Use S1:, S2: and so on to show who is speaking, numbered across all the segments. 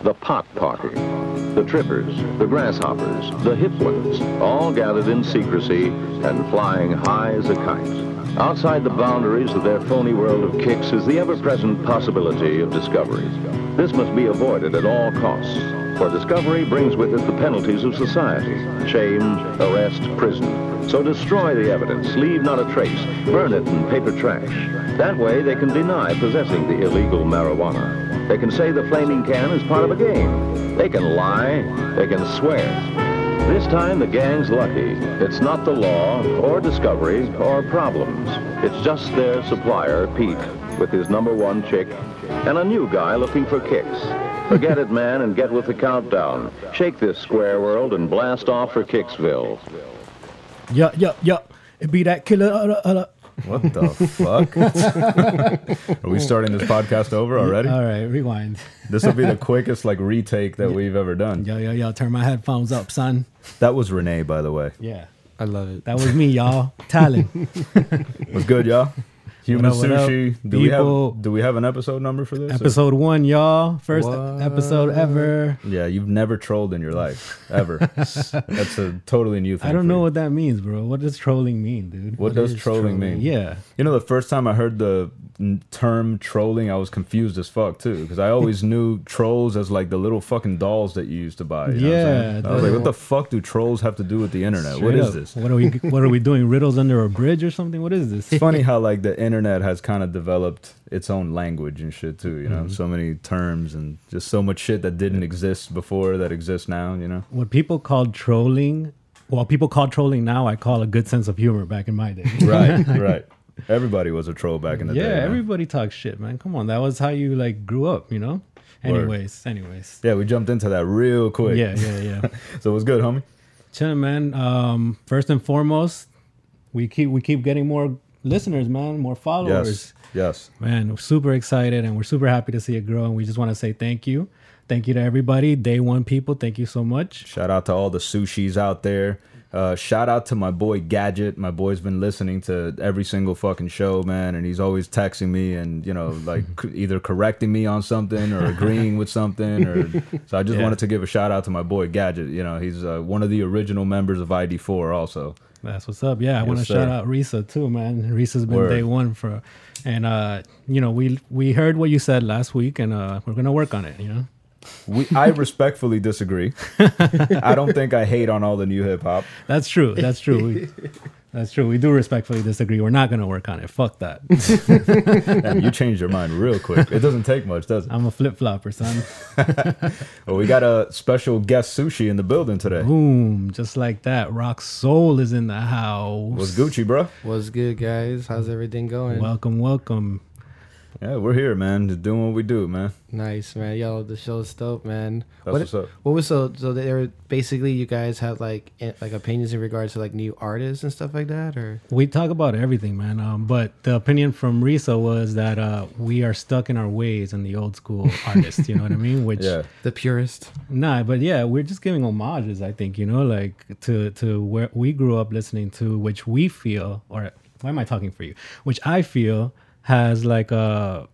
S1: the pot party. The trippers, the grasshoppers, the hip ones, all gathered in secrecy and flying high as a kite. Outside the boundaries of their phony world of kicks is the ever-present possibility of discovery. This must be avoided at all costs, for discovery brings with it the penalties of society, shame, arrest, prison. So destroy the evidence, leave not a trace, burn it in paper trash. That way they can deny possessing the illegal marijuana. They can say the flaming can is part of a game. They can lie. They can swear. This time the gang's lucky. It's not the law or discovery or problems. It's just their supplier, Pete, with his number one chick and a new guy looking for kicks. Forget it, man, and get with the countdown. Shake this square world and blast off for Kicksville.
S2: Yup, yup, yup. It be that killer. Uh, uh, uh.
S3: What the fuck? Are we starting this podcast over already?
S2: All right, rewind.
S3: This will be the quickest like retake that we've ever done.
S2: Yo, yo, yo, turn my headphones up, son.
S3: That was Renee, by the way.
S2: Yeah.
S4: I love it.
S2: That was me, y'all. Talent.
S3: What's good, y'all? Human
S2: What up, what up,
S3: sushi. Do we
S2: people?
S3: have do we have an episode number for this? or-
S2: episode one, y'all. First
S3: What?
S2: episode ever.
S3: Yeah, you've never trolled in your life ever. That's a totally new thing.
S2: I don't
S3: for
S2: know
S3: you.
S2: what that means, bro. What does trolling mean, dude?
S3: What, does
S4: is
S3: trolling,
S4: trolling?
S3: mean?
S2: Yeah.
S3: You know, the first time I heard the n- term trolling, I was confused as fuck too, because I always knew trolls as like the little fucking dolls that you used to buy. You know what I'm
S2: Yeah,
S3: saying? I was
S2: the-
S3: like, what the fuck do trolls have to do with the internet? Uh, what
S2: Straight
S3: is
S2: up.
S3: this?
S2: What are we? What are we doing? Riddles under a bridge or something? What is this?
S3: It's funny how like the internet has kind of developed its own language and shit too. You know,
S2: Mm-hmm.
S3: so many terms and just so much shit that didn't exist before that exists now. You know,
S2: What people call trolling, well, people call trolling now. I call a good sense of humor back in my day.
S3: right, right. Everybody was a troll back in the
S2: yeah,
S3: day. man.
S2: everybody talks shit, man. Come on, that was how you like grew up, you know.
S3: Word.
S2: Anyways, anyways.
S3: yeah, we jumped into that real quick.
S2: Yeah, yeah, yeah.
S3: So what's good, homie?
S2: Chilling, man. Um, first and foremost, we keep we keep getting more listeners, man, more followers.
S3: Yes, yes.
S2: Man, we're super excited and we're super happy to see it grow. And we just want to say thank you. Thank you to everybody. Day one people, thank you so much.
S3: Shout out to all the sushis out there. Uh, shout out to my boy Gadget. My boy's been listening to every single fucking show, man, and he's always texting me and you know like c- either correcting me on something or agreeing with something. Or so I just wanted to give a shout out to my boy Gadget. You know, he's uh, one of the original members of ID4 also.
S2: That's what's up. Yeah, I want to
S3: sir.
S2: shout out Risa too, man. Risa's been
S3: Word.
S2: day one for, and uh, you know we we heard what you said last week, and uh, we're gonna work on it. You know,
S3: We, I respectfully disagree. I don't think I hate on all the new hip hop.
S2: that's true. That's true. We, that's true. We do respectfully disagree. We're not gonna work on it. Fuck that.
S3: Damn, you changed your mind real quick. It doesn't take much, does it?
S2: I'm a flip flopper, son.
S3: Well, we got a special guest sushi in the building today.
S2: Boom, just like that. Rock Soul is in the house.
S3: What's Gucci, bro?
S4: What's good, guys? How's
S3: Mm.
S4: everything going?
S2: Welcome, welcome.
S3: Yeah, we're here, man. Just doing what we do, man.
S4: nice, man. Yo, the show's dope, man.
S3: That's
S4: what,
S3: what's up.
S4: What was so? So they were basically you guys had like in, like opinions in regards to like new artists and stuff like that, or
S2: We talk about everything, man. Um, but the opinion from Risa was that uh, we are stuck in our ways in the old school artist. You know what I mean? Which
S3: Yeah.
S4: the purist.
S2: Nah, but yeah, we're just giving homages, I think, you know, like to to where we grew up listening to, which we feel, or why am I talking for you? Which I feel has like a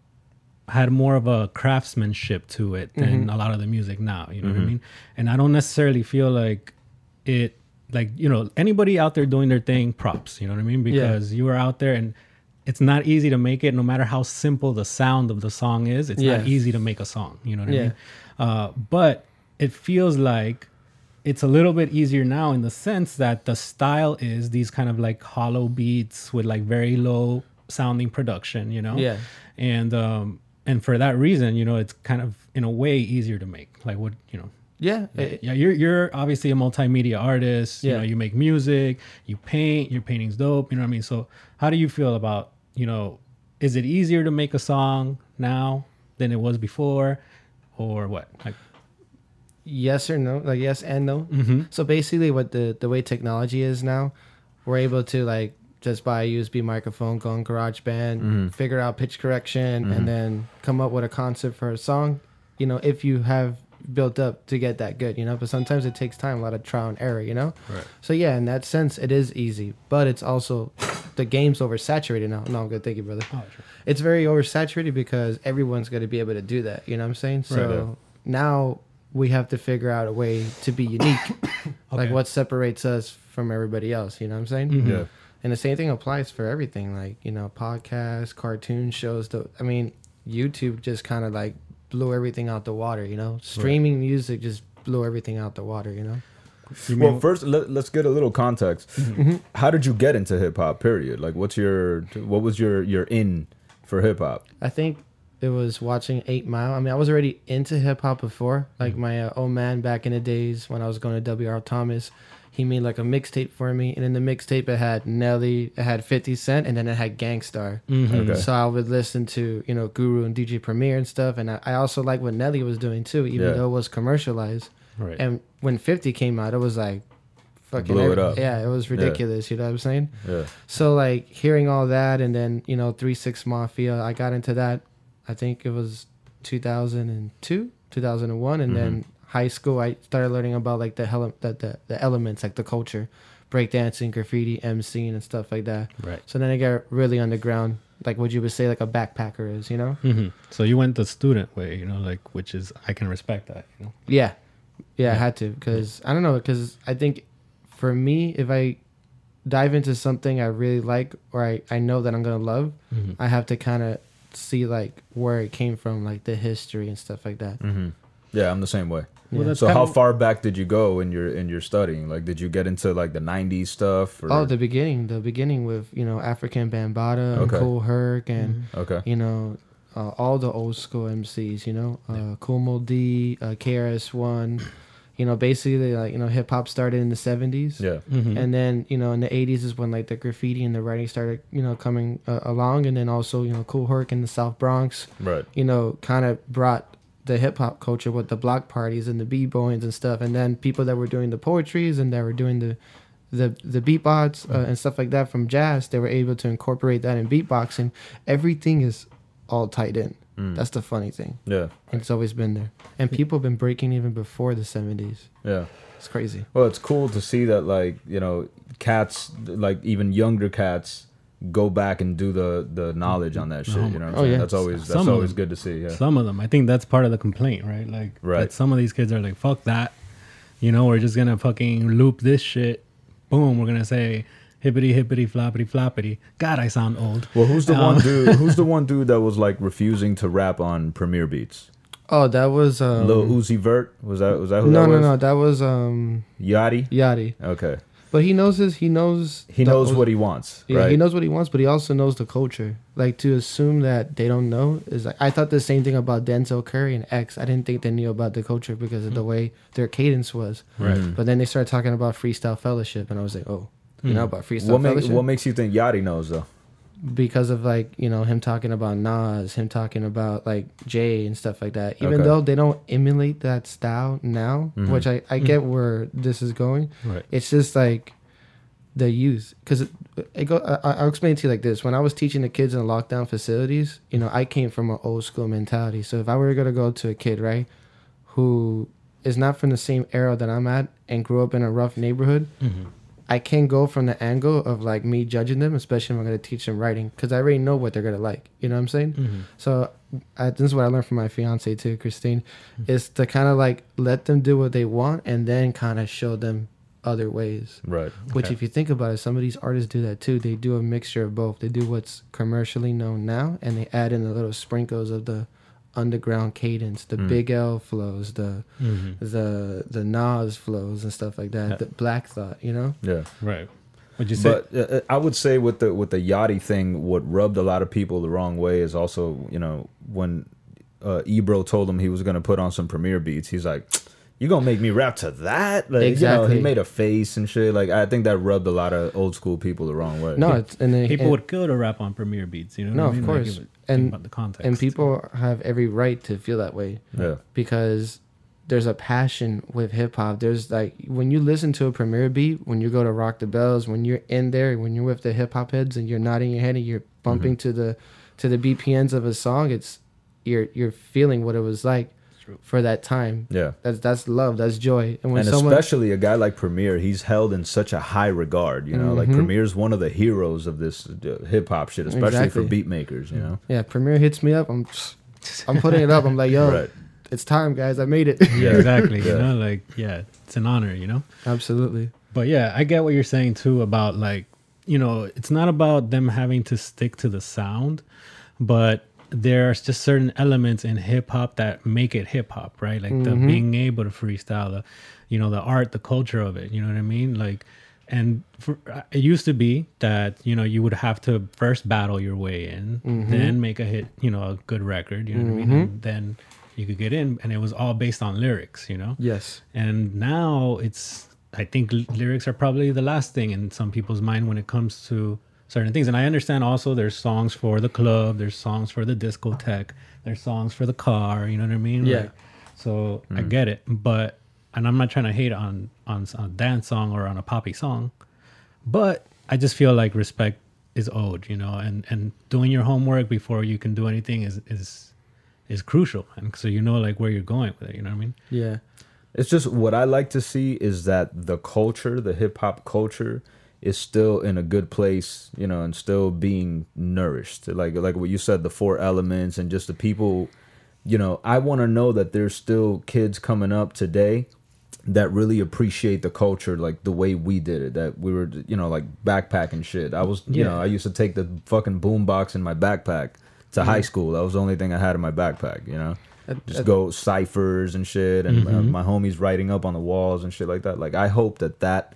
S2: had more of a craftsmanship to it than a lot of the music now. You know what I mean? And I don't necessarily feel like it, like you know, anybody out there doing their thing, props. You know what I mean? Because you are out there and. It's not easy to make it, no matter how simple the sound of the song is. It's not
S4: Yeah.
S2: easy to make a song. You know what I
S4: Yeah.
S2: mean? Uh, but it feels like it's a little bit easier now in the sense that the style is these kind of like hollow beats with like very low sounding production, you know?
S4: Yeah.
S2: And um and for that reason, you know, it's kind of in a way easier to make. Like what you know.
S4: Yeah, it-
S2: Yeah, you're you're obviously a multimedia artist. You
S4: Yeah.
S2: know, you make music, you paint, your painting's dope, you know what I mean? So how do you feel about, you know, is it easier to make a song now than it was before? Or what? Like
S4: yes or no, like yes and no. So basically, what the the way technology is now, we're able to like just buy a USB microphone, go on GarageBand, figure out pitch correction, and then come up with a concept for a song. You know, if you have built up to get that good, you know. But sometimes it takes time, a lot of trial and error, you know. Right. So yeah, in that sense, it is easy, but it's also the game's oversaturated now. No, I'm good. Thank you, brother.
S2: Oh, sure.
S4: It's very oversaturated because everyone's going to be able to do that. You know what I'm saying? So now we have to figure out a way to be unique. Like
S2: Okay.
S4: what separates us from everybody else, you know what I'm saying?
S3: Yeah.
S4: And the same thing applies for everything, like, you know, podcasts, cartoon shows, the I mean, YouTube just kind of like blew everything out the water, you know? Streaming music just blew everything out the water, you know?
S3: Well, first let, us get a little context. How did you get into hip hop? Period. Like, what's your what was your your in for hip hop?
S4: I think it was watching Eight Mile. I mean, I was already into hip hop before. Like
S3: Mm.
S4: my uh, old man back in the days when I was going to W.R. Thomas, he made like a mixtape for me, and in the mixtape it had Nelly, it had Fifty Cent, and then it had Gangstar.
S3: Okay.
S4: So I would listen to you know Guru and DJ Premier and stuff, and I, I also like what Nelly was doing too, even
S3: Yeah.
S4: though it was commercialized.
S2: Right.
S4: And when Fifty came out, it was like. Fucking
S3: Blew it
S4: every-
S3: up.
S4: Yeah, it was ridiculous. You know what I'm saying?
S3: Yeah.
S4: So like hearing all that, and then you know Three Six Mafia. I got into that. I think it was 2002, 2001, and then high school. I started learning about like the, hel- the the the elements, like the culture, breakdancing, graffiti, MCing, and stuff like that.
S2: Right.
S4: So then I got really underground, like what you would say like a backpacker is, you know?
S2: Mhm. So you went the student way, you know, like which is I can respect that. You know,
S4: Yeah. Yeah, I had to because I don't know because I think for me if I dive into something I really like or I, I know that I'm gonna love, I have to kind of see like where it came from, like the history and stuff like that.
S3: Mm-hmm. Yeah, I'm the same way.
S2: Well, that's
S3: so
S2: kind
S3: how
S2: of-
S3: far back did you go in your in your studying? Like, did you get into like the '90s stuff? Or...
S4: Oh, the beginning, the beginning with you know African Bambata and
S3: Okay. Mm-hmm.
S4: Cool Herc and
S3: okay.
S4: you know uh, all the old school MCs, you know uh, Kumo D, uh, KRS One, you know basically like you know hip hop started in the 70s.
S3: Yeah.
S4: and then you know in the 80s is when like the graffiti and the writing started you know coming uh, along and then also you know cool herc in the south bronx
S3: Right.
S4: you know kind of brought the hip-hop culture with the block parties and the b-boys and stuff and then people that were doing the poetries and that were doing the the the beatbox uh, and stuff like that from jazz they were able to incorporate that in beatboxing everything is all tied in that's the funny thing
S3: Yeah.
S4: it's always been there and people have been breaking even before the 70s
S3: Yeah.
S4: it's crazy
S3: Well, it's cool to see that, like you know, cats, like even younger cats, go back and do the the knowledge on that shit. You know, what I'm
S4: Oh,
S3: saying?
S4: yeah.
S3: that's always that's
S2: Some of
S3: always
S2: them.
S3: good to see. Yeah,
S2: some of them. I think that's part of the complaint, right? Like,
S3: Right.
S2: That some of these kids are like, "Fuck that," you know. We're just gonna fucking loop this shit. Boom. We're gonna say hippity hippity floppity floppity. God, I sound old. Um,
S3: Well, who's the
S4: Um,
S3: one dude? Who's the one dude that was like refusing to rap on Premiere Beats?
S4: oh that was um,
S3: Lil Uzi Vert was that? Was that who Oh,
S4: No,
S3: that
S4: no,
S3: was?
S4: no. That was um
S3: Yachty.
S4: Yachty.
S3: Okay,
S4: But he knows his. He knows.
S3: he
S4: the-
S3: knows what he wants.
S4: Yeah,
S3: right?
S4: he knows what he wants, but he also knows the culture. Like to assume that they don't know is like I thought the same thing about Denzel Curry and X. I didn't think they knew about the culture because of the way their cadence was.
S2: Right.
S4: But then they started talking about freestyle fellowship, and I was like, oh,
S3: Hmm.
S4: you know about freestyle
S3: What, make,
S4: fellowship
S3: what makes you think Yachty knows though?
S4: because of like you know him talking about Nas, him talking about like Jay and stuff like that. Even
S3: Okay.
S4: though they don't emulate that style now, which I I get where this is going.
S2: Right.
S4: It's just like the youth because it, it go. I, I- I'll explain it to you like this: when I was teaching the kids in lockdown facilities, you know, I came from an old school mentality. So if I were gonna go to a kid, right, who is not from the same era that I'm at and grew up in a rough neighborhood, I can go from the angle of like me judging them, especially if I'm going to teach them writing, because I already know what they're going to like. You know what I'm saying?
S2: Mm-hmm.
S4: So I, this is what I learned from my fiance too, Christine, is to kind of like let them do what they want and then kind of show them other ways.
S3: Right.
S4: Which, if you think about it, some of these artists do that too. They do a mixture of both. They do what's commercially known now, and they add in the little sprinkles of the underground cadence, the
S2: Mm.
S4: Big L flows, the
S2: Mm-hmm.
S4: the the Nas flows, and stuff like that. The Black Thought, you know.
S3: Yeah.
S2: Right. Would you say?
S3: But uh, uh, I would say with the with the Yachty thing, what rubbed a lot of people the wrong way is also you know when uh, Ebro told him he was going to put on some premiere beats, he's like, "You gonna make me rap to that?" Like, You know, he
S4: Exactly.
S3: made a face and shit. Like I think that rubbed a lot of old school people the wrong way.
S4: No, it's and then
S2: people
S4: and,
S2: would kill to rap on Premiere Beats. You know?
S4: No,
S2: what
S4: of
S2: I mean?
S4: course.
S2: Like, you would think
S4: And-
S2: about the context
S4: and people have every right to feel that way.
S3: Yeah.
S4: because there's a passion with hip hop. There's like when you listen to a premiere beat, when you go to Rock the Bells, when you're in there, when you're with the hip hop heads and you're nodding your head and you're
S3: Mm-hmm.
S4: bumping to the to the BPNs of a song, it's you're you're feeling what it was like for that time.
S3: Yeah.
S4: That's that's love, that's joy. And when
S3: and
S4: someone
S3: especially a guy like Premier, he's held in such a high regard. You know,
S4: Mm-hmm.
S3: like Premier's one of the heroes of this uh, hip hop shit, especially for
S4: Exactly.
S3: beat makers. You know,
S4: yeah, premiere hits me up, I'm I'm putting it up. I'm like, yo,
S3: Right.
S4: it's time, guys. I made it.
S2: Yeah, exactly. You
S3: Yeah.
S2: know, like yeah, it's an honor. You know.
S4: Absolutely.
S2: But yeah, I get what you're saying too about like, you know, it's not about them having to stick to the sound, but there's just certain elements in hip hop that make it hip hop, right? Like the being able to freestyle, the, you know, the art, the culture of it. You know what I mean? Like, and for, uh, it used to be that you know you would have to first battle your way in, then make a hit, you know, a good record. You know what I mean? And then you could get in, and it was all based on lyrics. You know?
S4: Yes.
S2: and now it's i think l- lyrics are probably the last thing in some people's mind when it comes to certain things and i understand also there's songs for the club there's songs for the discotheque there's songs for the car you know what i mean
S4: Yeah.
S2: Like, so i get it but and i'm not trying to hate on on s- on a dance song or on a poppy song but i just feel like respect is owed you know and and doing your homework before you can do anything is is is crucial and so you know like where you're going with it you know what i mean
S4: Yeah.
S3: It's just what I like to see is that the culture, the hip hop culture, is still in a good place, you know, and still being nourished. Like like what you said, the four elements and just the people, you know, I want to know that there's still kids coming up today that really appreciate the culture like the way we did it that we were you know like backpacking shit i was you
S2: Yeah.
S3: know i used to take the fucking boom box in my backpack to high school that was the only thing i had in my backpack you know just go ciphers and shit and uh, my homies writing up on the walls and shit like that like i hope that that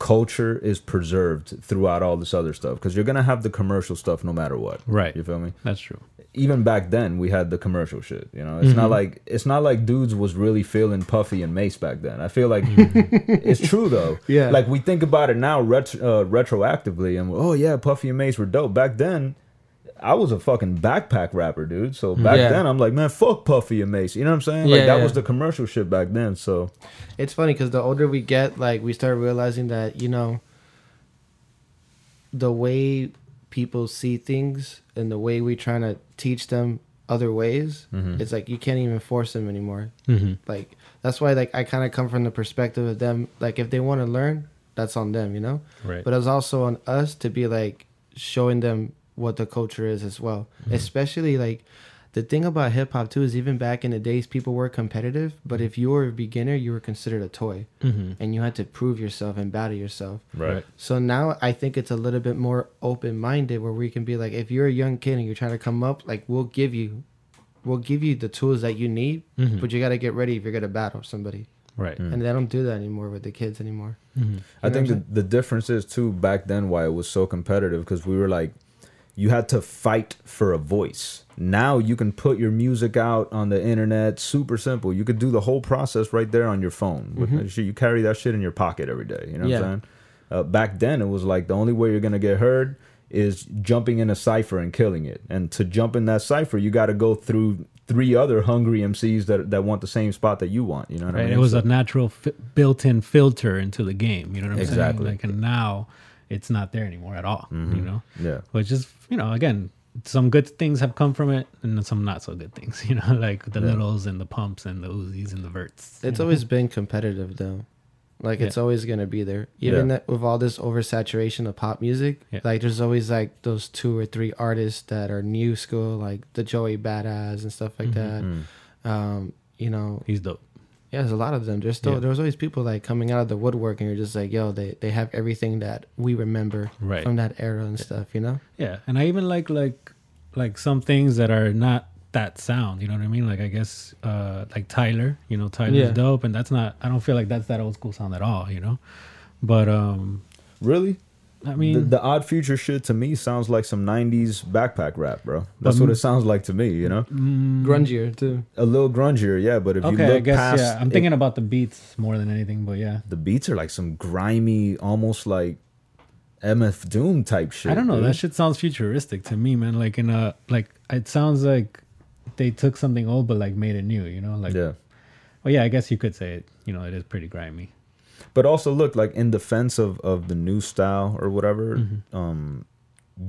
S3: culture is preserved throughout all this other stuff because you're gonna have the commercial stuff no matter what
S2: Right.
S3: you feel me
S2: that's true
S3: even back then we had the commercial shit you know it's
S4: Mm-hmm.
S3: not like it's not like dudes was really feeling puffy and mace back then i feel like it's true though
S4: Mm-hmm. Yeah.
S3: like we think about it now ret- uh, retroactively and oh yeah puffy and mace were dope back then i was a fucking backpack rapper dude so back
S4: Yeah.
S3: then i'm like man fuck puffy and mace you know what i'm saying like
S4: Yeah,
S3: that
S4: yeah.
S3: was the commercial shit back then so
S4: It's funny because the older we get, like we start realizing that you know, the way people see things and the way we trying to teach them other ways, it's like you can't even force them anymore. Like that's why, like I kind of come from the perspective of them. Like if they want to learn, that's on them, you know.
S2: Right.
S4: But it's also on us to be like showing them what the culture is as well, especially like the thing about hip hop too is even back in the days people were competitive, but if you were a beginner, you were considered a toy, and you had to prove yourself and battle yourself.
S3: right
S4: So now I think it's a little bit more open minded where we can be like, if you're a young kid and you're trying to come up, like we'll give you, we'll give you the tools that you need, but you got to get ready if you're gonna battle somebody.
S2: right
S3: Mm.
S4: And they don't do that anymore with the kids anymore.
S3: I think the, the difference is too back then why it was so competitive because we were like, you had to fight for a voice. Now you can put your music out on the internet, super simple. You could do the whole process right there on your phone. With
S2: Mm-hmm.
S3: that shit, you carry that shit in your pocket every day. You know
S4: Yeah.
S3: what I'm saying? Uh, back then, it was like the only way you're gonna get heard is jumping in a cipher and killing it. And to jump in that cipher, you got to go through three other hungry MCs that that want the same spot that you want. You know what I
S2: Right.
S3: mean?
S2: It was
S3: So-
S2: a natural fi- built-in filter into the game. You know what I'm
S3: Exactly. Mm-hmm.
S2: saying? Like, and now it's not there anymore at all. You know.
S3: Yeah.
S2: Which is, you know, again, some good things have come from it, and some not so good things. You know, like the littles and the pumps and the Uzis and the verts.
S4: It's always been competitive though. Like it's always gonna be there.
S3: Yeah.
S4: Even that with all this oversaturation of pop music,
S2: Yeah.
S4: like there's always like those two or three artists that are new school, like the Joey Badass and stuff like that. Um, you know,
S2: He's dope.
S4: yeah, there's a lot of them. There's still
S2: Yeah.
S4: there's always people like coming out of the woodwork and you're just like, yo, they, they have everything that we remember
S2: Right.
S4: from that era and stuff, you know?
S2: Yeah, and I even like like like some things that are not that sound. You know what I mean? Like I guess uh like Tyler. You know, Tyler's
S4: Yeah.
S2: dope, and that's not. I don't feel like that's that old school sound at all. You know, but um,
S3: really.
S2: I mean,
S3: the, the odd future shit to me sounds like some 90s backpack rap bro that's
S2: Um,
S3: what it sounds like to me you know
S4: Grungier too.
S3: a little grungier yeah but if you
S2: Okay,
S3: look
S2: I guess
S3: past
S2: yeah. I'm
S3: it-
S2: thinking about the beats more than anything, but yeah.
S3: the beats are like some grimy almost like mf doom type shit
S2: I don't know.
S3: dude.
S2: That shit sounds futuristic to me, man. Like in a like it sounds like they took something old but like made it new, you know? Like
S3: yeah
S2: Well, yeah, I guess you could say it, you know, it is pretty grimy.
S3: but also look like in defense of of the new style or whatever um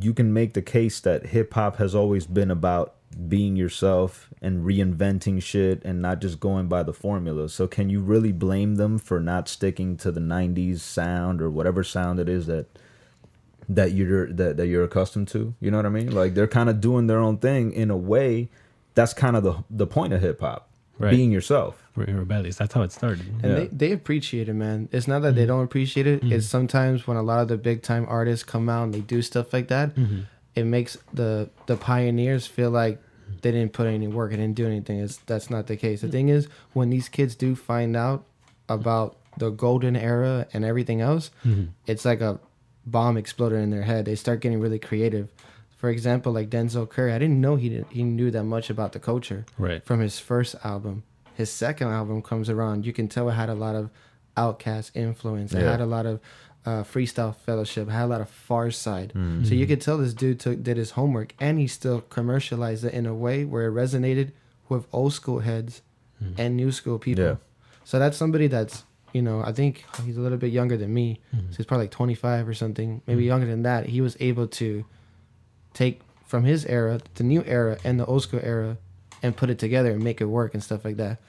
S3: you can make the case that hip hop has always been about being yourself and reinventing shit and not just going by the formula. So can you really blame them for not sticking to the 90s sound or whatever sound it is that that you're that, that you're accustomed to? You know what I mean? Like they're kind of doing their own thing in a way that's kind of the the point of hip hop.
S2: Right.
S3: being yourself.
S2: Re- rebellious. That's how it started.
S4: And
S3: Yeah.
S4: they, they appreciate it, man. It's not that they don't appreciate it. It's sometimes when a lot of the big time artists come out and they do stuff like that, it makes the the pioneers feel like they didn't put any work, they didn't do anything. It's that's not the case. The thing is, when these kids do find out about the golden era and everything else, it's like a bomb exploded in their head. They start getting really creative. For example, like Denzel Curry, I didn't know he did, he knew that much about the culture
S2: Right.
S4: from his first album. His second album comes around. You can tell it had a lot of Outcast influence. It
S3: Yeah.
S4: had a lot of uh, Freestyle Fellowship. It had a lot of Far Side. So you could tell this dude took, did his homework, and he still commercialized it in a way where it resonated with old school heads and new school people.
S3: Yeah.
S4: So that's somebody that's you know I think he's a little bit younger than me. So he's probably like 25 or something, maybe younger than that. He was able to take from his era, the new era, and the old school era, and put it together and make it work and stuff like that.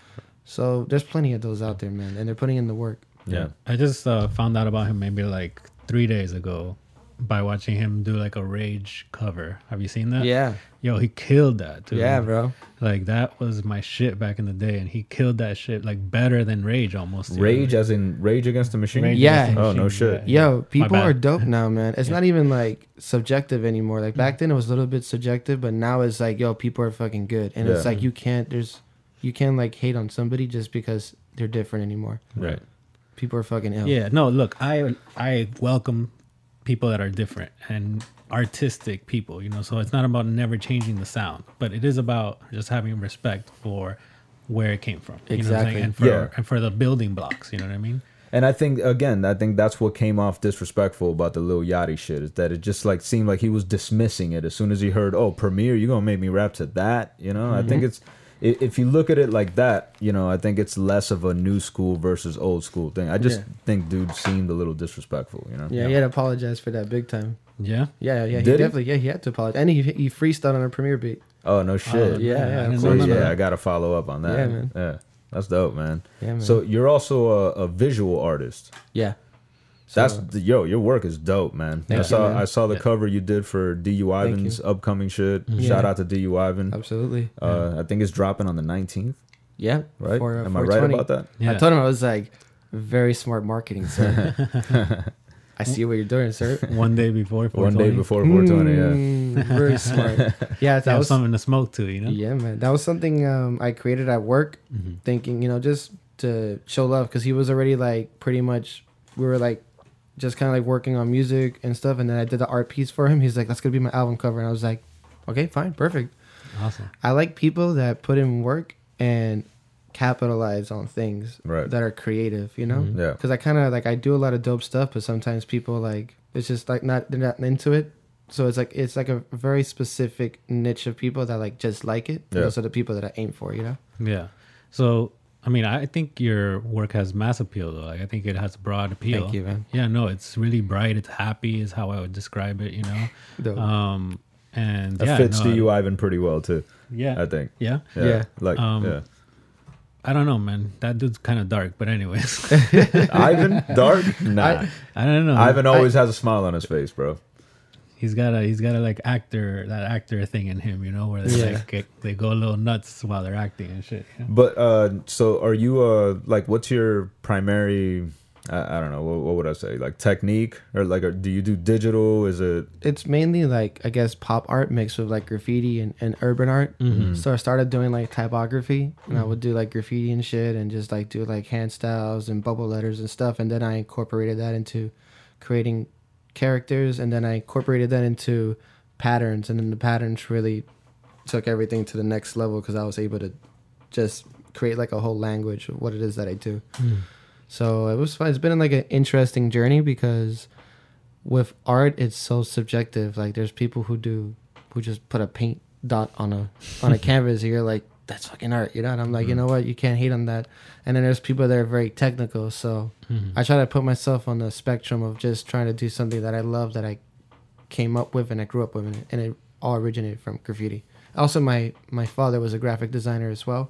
S4: So there's plenty of those out there, man, and they're putting in the work.
S3: Yeah.
S2: I just uh, found out about him maybe like three days ago by watching him do like a Rage cover. Have you seen that?
S4: Yeah.
S2: Yo, he killed that, dude.
S4: Yeah, bro.
S2: Like that was my shit back in the day, and he killed that shit like better than Rage almost. dude.
S3: Rage as in Rage Against the Machine.
S2: Rage
S4: Yeah.
S2: Against the
S3: Oh, no
S2: Machine,
S3: shit.
S2: yeah.
S4: Yo, people
S2: bad.
S4: are dope now, man. It's not even like subjective anymore. Like
S3: Mm.
S4: back then, it was a little bit subjective, but now it's like, yo, people are fucking good, and it's
S3: Yeah.
S4: like you can't, there's, you can't like hate on somebody just because they're different anymore.
S3: Right.
S4: People are fucking ill.
S2: Yeah, no, look, I I welcome people that are different and artistic people, you know. So it's not about never changing the sound, but it is about just having respect for where it came from. You know what I'm
S4: Exactly.
S2: saying? And for
S3: Yeah.
S2: and for the building blocks, you know what I mean?
S3: And I think again, I think that's what came off disrespectful about the Lil Yachty shit is that it just like seemed like he was dismissing it as soon as he heard, "Oh, Premier, you gonna make me rap to that?" You know, I
S4: Mm-hmm.
S3: think it's i- if you look at it like that, you know, I think it's less of a new school versus old school thing. I just
S4: Yeah.
S3: think dude seemed a little disrespectful. You know,
S4: yeah, he had to apologize for that big time.
S2: Yeah.
S4: Yeah, yeah, he
S3: Did he?
S4: definitely, yeah, he had to apologize, and he he freestyled on a premiere beat.
S3: Oh no shit.
S4: Uh,
S2: Um,
S4: yeah,
S2: I
S4: yeah, of
S2: didn't
S3: Cool,
S4: course,
S2: know none of
S3: yeah, I
S2: that.
S3: gotta follow up on that.
S4: Yeah, man.
S3: Yeah, that's dope, man.
S4: Yeah, man.
S3: So you're also a, a visual artist.
S4: Yeah.
S3: That's the, yo, your work is dope, man. I
S4: you,
S3: saw
S4: man.
S3: I saw the cover you did for DU Ivan's upcoming shit. Shout
S4: Mm-hmm. Yeah.
S3: out to DU Ivan.
S4: Absolutely.
S3: Uh, I think it's dropping on the 19th,
S4: Yeah.
S3: right?
S4: For, uh,
S3: Am I right
S4: 420.
S3: about that?
S2: Yeah.
S4: I told him I was like, very smart marketing, sir. I see what you're doing, sir.
S2: One day before
S3: One
S2: 420.
S3: day before 420, yeah.
S4: Mm, Hmm, very smart. Yeah,
S2: They
S4: that
S2: have
S4: was
S2: something to smoke to, you know?
S4: yeah, Mm-hmm. man. That was something um, I created at work, thinking you know just to show love because he was already like pretty much we were like just kind of like working on music and stuff, and then I did the art piece for him. He's like, that's gonna be my album cover, and I was like, okay, fine, perfect.
S2: Awesome.
S4: I like people that put in work and capitalize on things
S3: Right. Mm-hmm.
S4: that are creative, you know?
S3: Yeah.
S4: Because I kind of like I do a lot of dope stuff, but sometimes people like it's just like not they're not into it. So it's like it's like a very specific niche of people that like just like it.
S3: Yeah.
S4: Those are the people that I aim for, you know?
S2: Yeah. So, I mean, I think your work has mass appeal, though. Like, I think it has broad appeal.
S4: Thank you, man.
S2: Yeah, no, it's really bright. It's happy, is how I would describe it, you
S4: Dope.
S2: know? um, and
S3: That
S2: yeah,
S3: fits
S2: no,
S3: DU Ivan pretty well, too.
S2: Yeah.
S3: I think.
S2: Yeah.
S3: Yeah.
S4: Yeah.
S3: Like,
S2: Um,
S3: yeah.
S2: I don't know, man. That dude's kind of dark, but anyways,
S3: Ivan, dark? Nah.
S2: I don't know.
S3: Ivan always has a smile on his face, bro.
S2: he's got a he's got a like actor that actor thing in him, you know, where they
S4: Yeah.
S2: like get- they go a little nuts while they're acting and shit. you know?
S3: But uh, so are you uh like what's your primary? I, I don't know what, what would I say like technique or like or do you do digital? Is it
S4: it's mainly like I guess pop art mixed with like graffiti and, and urban art. So I started doing like typography, and I would do like graffiti and shit, and just like do like hand styles and bubble letters and stuff. And then I incorporated that into creating characters, and then I incorporated that into patterns, and then the patterns really took everything to the next level because I was able to just create like a whole language of what it is that I do. So it was fun. It's been like an interesting journey because with art it's so subjective like there's people who do who just put a paint dot on a on a canvas and you're like that's fucking art you know and i'm like you know what you can't hate on that and then there's people that are very technical so i try to put myself on the spectrum of just trying to do something that i love that i came up with and i grew up with and it, and it all originated from graffiti also my my father was a graphic designer as well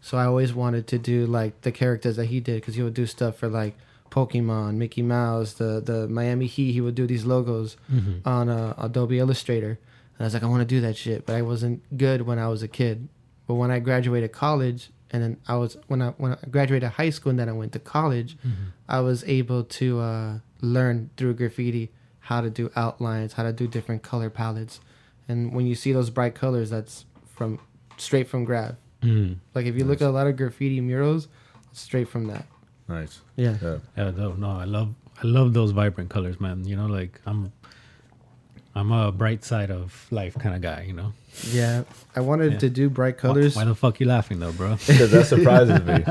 S4: so i always wanted to do like the characters that he did because he would do stuff for like Pokemon, Mickey Mouse, the the Miami Heat. He would do these logos on uh, Adobe Illustrator, and I was like, I want to do that shit, but I wasn't good when I was a kid. But when I graduated college, and then I was when I when I graduated high school and then I went to college, I was able to uh, learn through graffiti how to do outlines, how to do different color palettes, and when you see those bright colors, that's from straight from grab.
S3: Hmm.
S4: Mm. Like if you look at a lot of graffiti murals, it's straight from that.
S3: Nice.
S4: Yeah.
S3: Yeah.
S2: Yeah, no, no, I love I love those vibrant colors, man. You know, like I'm I'm a bright side of life kind of guy. You know,
S4: Yeah, I wanted to do bright colors.
S2: Why, the fuck you laughing though, bro?
S3: Because that surprises me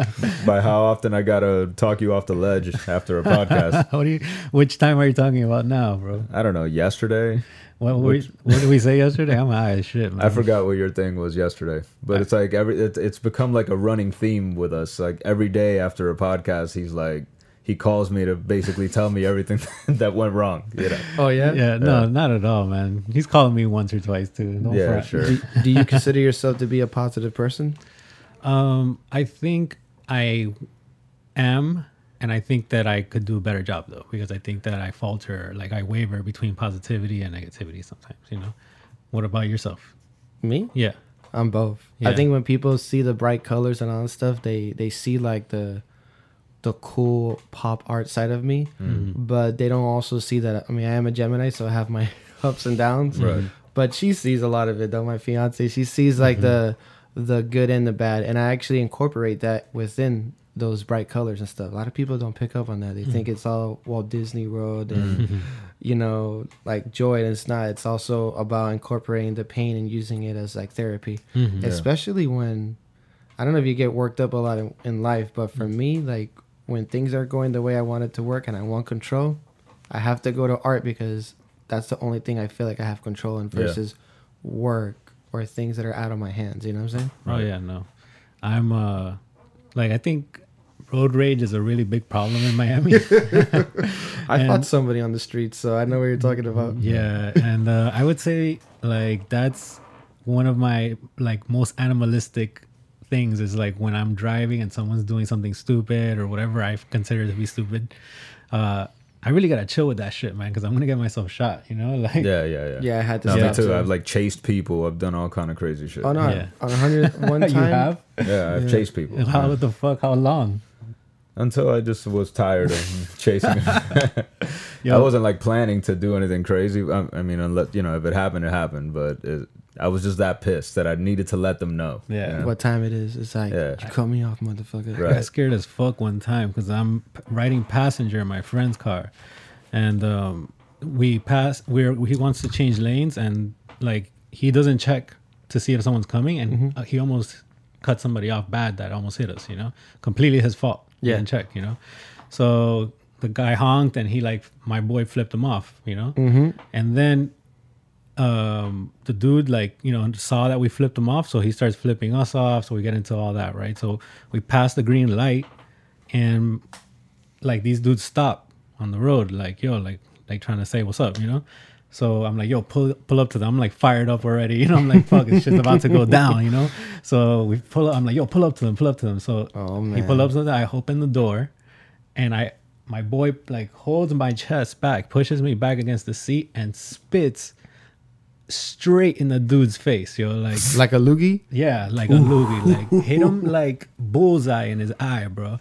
S3: by how often I gotta talk you off the ledge after a podcast.
S2: How do you? Which time are you talking about now, bro?
S3: I don't know. Yesterday,
S2: What were you- what did we say yesterday? I'm high as shit,
S4: Mm.
S2: man.
S3: I forgot what your thing was yesterday, but it's like every it, it's become like a running theme with us. Like every day after a podcast, he's like he calls me to basically tell me everything that went wrong. You know?
S4: oh yeah.
S2: Yeah, no, not at all, man. He's called me once or twice too. Don't
S3: Yeah,
S2: fret.
S3: sure.
S4: Do, do you consider yourself to be a positive person?
S2: Um, I think I am, and I think that I could do a better job though, because I think that I falter, like I waver between positivity and negativity sometimes. You know, what about yourself?
S4: Me?
S2: Yeah,
S4: I'm both.
S2: Yeah.
S4: I think when people see the bright colors and all that stuff, they they see like the the cool pop art side of me, but they don't also see that. I mean, I am a Gemini, so I have my ups and downs.
S3: Right.
S4: But she sees a lot of it, though. My fiance, she sees like the the good and the bad, and I actually incorporate that within those bright colors and stuff. A lot of people don't pick up on that. They think it's all Walt Disney World and you know like joy, and it's not. It's also about incorporating the pain and using it as like therapy,
S2: Mm-hmm.
S4: especially when I don't know if you get worked up a lot in, in life, but for me, like when things are going the way I want it to work and I want control, I have to go to art because that's the only thing I feel like I have control in versus work or things that are out of my hands. You know what I'm saying?
S2: Oh yeah, no. I'm uh like I think road rage is a really big problem in Miami.
S4: I fought somebody on the street, so I know what you're talking about.
S2: yeah, and uh, I would say like that's one of my like most animalistic things is like when I'm driving and someone's doing something stupid or whatever I consider to be stupid. Uh I really gotta chill with that shit, man, because I'm gonna get myself shot. You know, like
S3: Yeah, yeah, yeah.
S4: Yeah, I had to
S3: No,
S4: stop.
S3: me too.
S4: too.
S3: I've like chased people. I've done all kind of crazy shit.
S4: oh no,
S2: Yeah.
S4: on a hundred one time.
S2: you have.
S3: Yeah, I've chased people
S2: How the fuck? How long?
S3: until I just was tired of chasing. I wasn't like planning to do anything crazy. I, I mean, unless you know, if it happened, it happened. But it, I was just that pissed that I needed to let them know.
S2: Yeah.
S3: you know?
S4: What time it is? It's like
S3: Yeah.
S4: you cut me off, motherfucker.
S2: I
S3: Right.
S2: got scared as fuck one time because I'm p- riding passenger in my friend's car, and um, we pass. We're he wants to change lanes, and like he doesn't check to see if someone's coming, and uh, he almost cut somebody off bad that almost hit us. You know, completely his fault. He
S4: Yeah.
S2: didn't check. You know, so the guy honked, and he like my boy flipped him off. You know, and then um the dude like you know saw that we flipped him off so he starts flipping us off so we get into all that right so we pass the green light and like these dudes stop on the road like yo like like trying to say what's up you know so i'm like yo pull pull up to them i'm like fired up already you know i'm like fuck this shit's about to go down you know so we pull up i'm like yo pull up to them pull up to them so
S4: Oh,
S2: he
S4: man.
S2: pull up to them i open the door and i my boy like holds my chest back pushes me back against the seat and spits straight in the dude's face yo like
S4: Like a loogie.
S2: yeah, like a loogie, like hit him like bullseye in his eye, bro.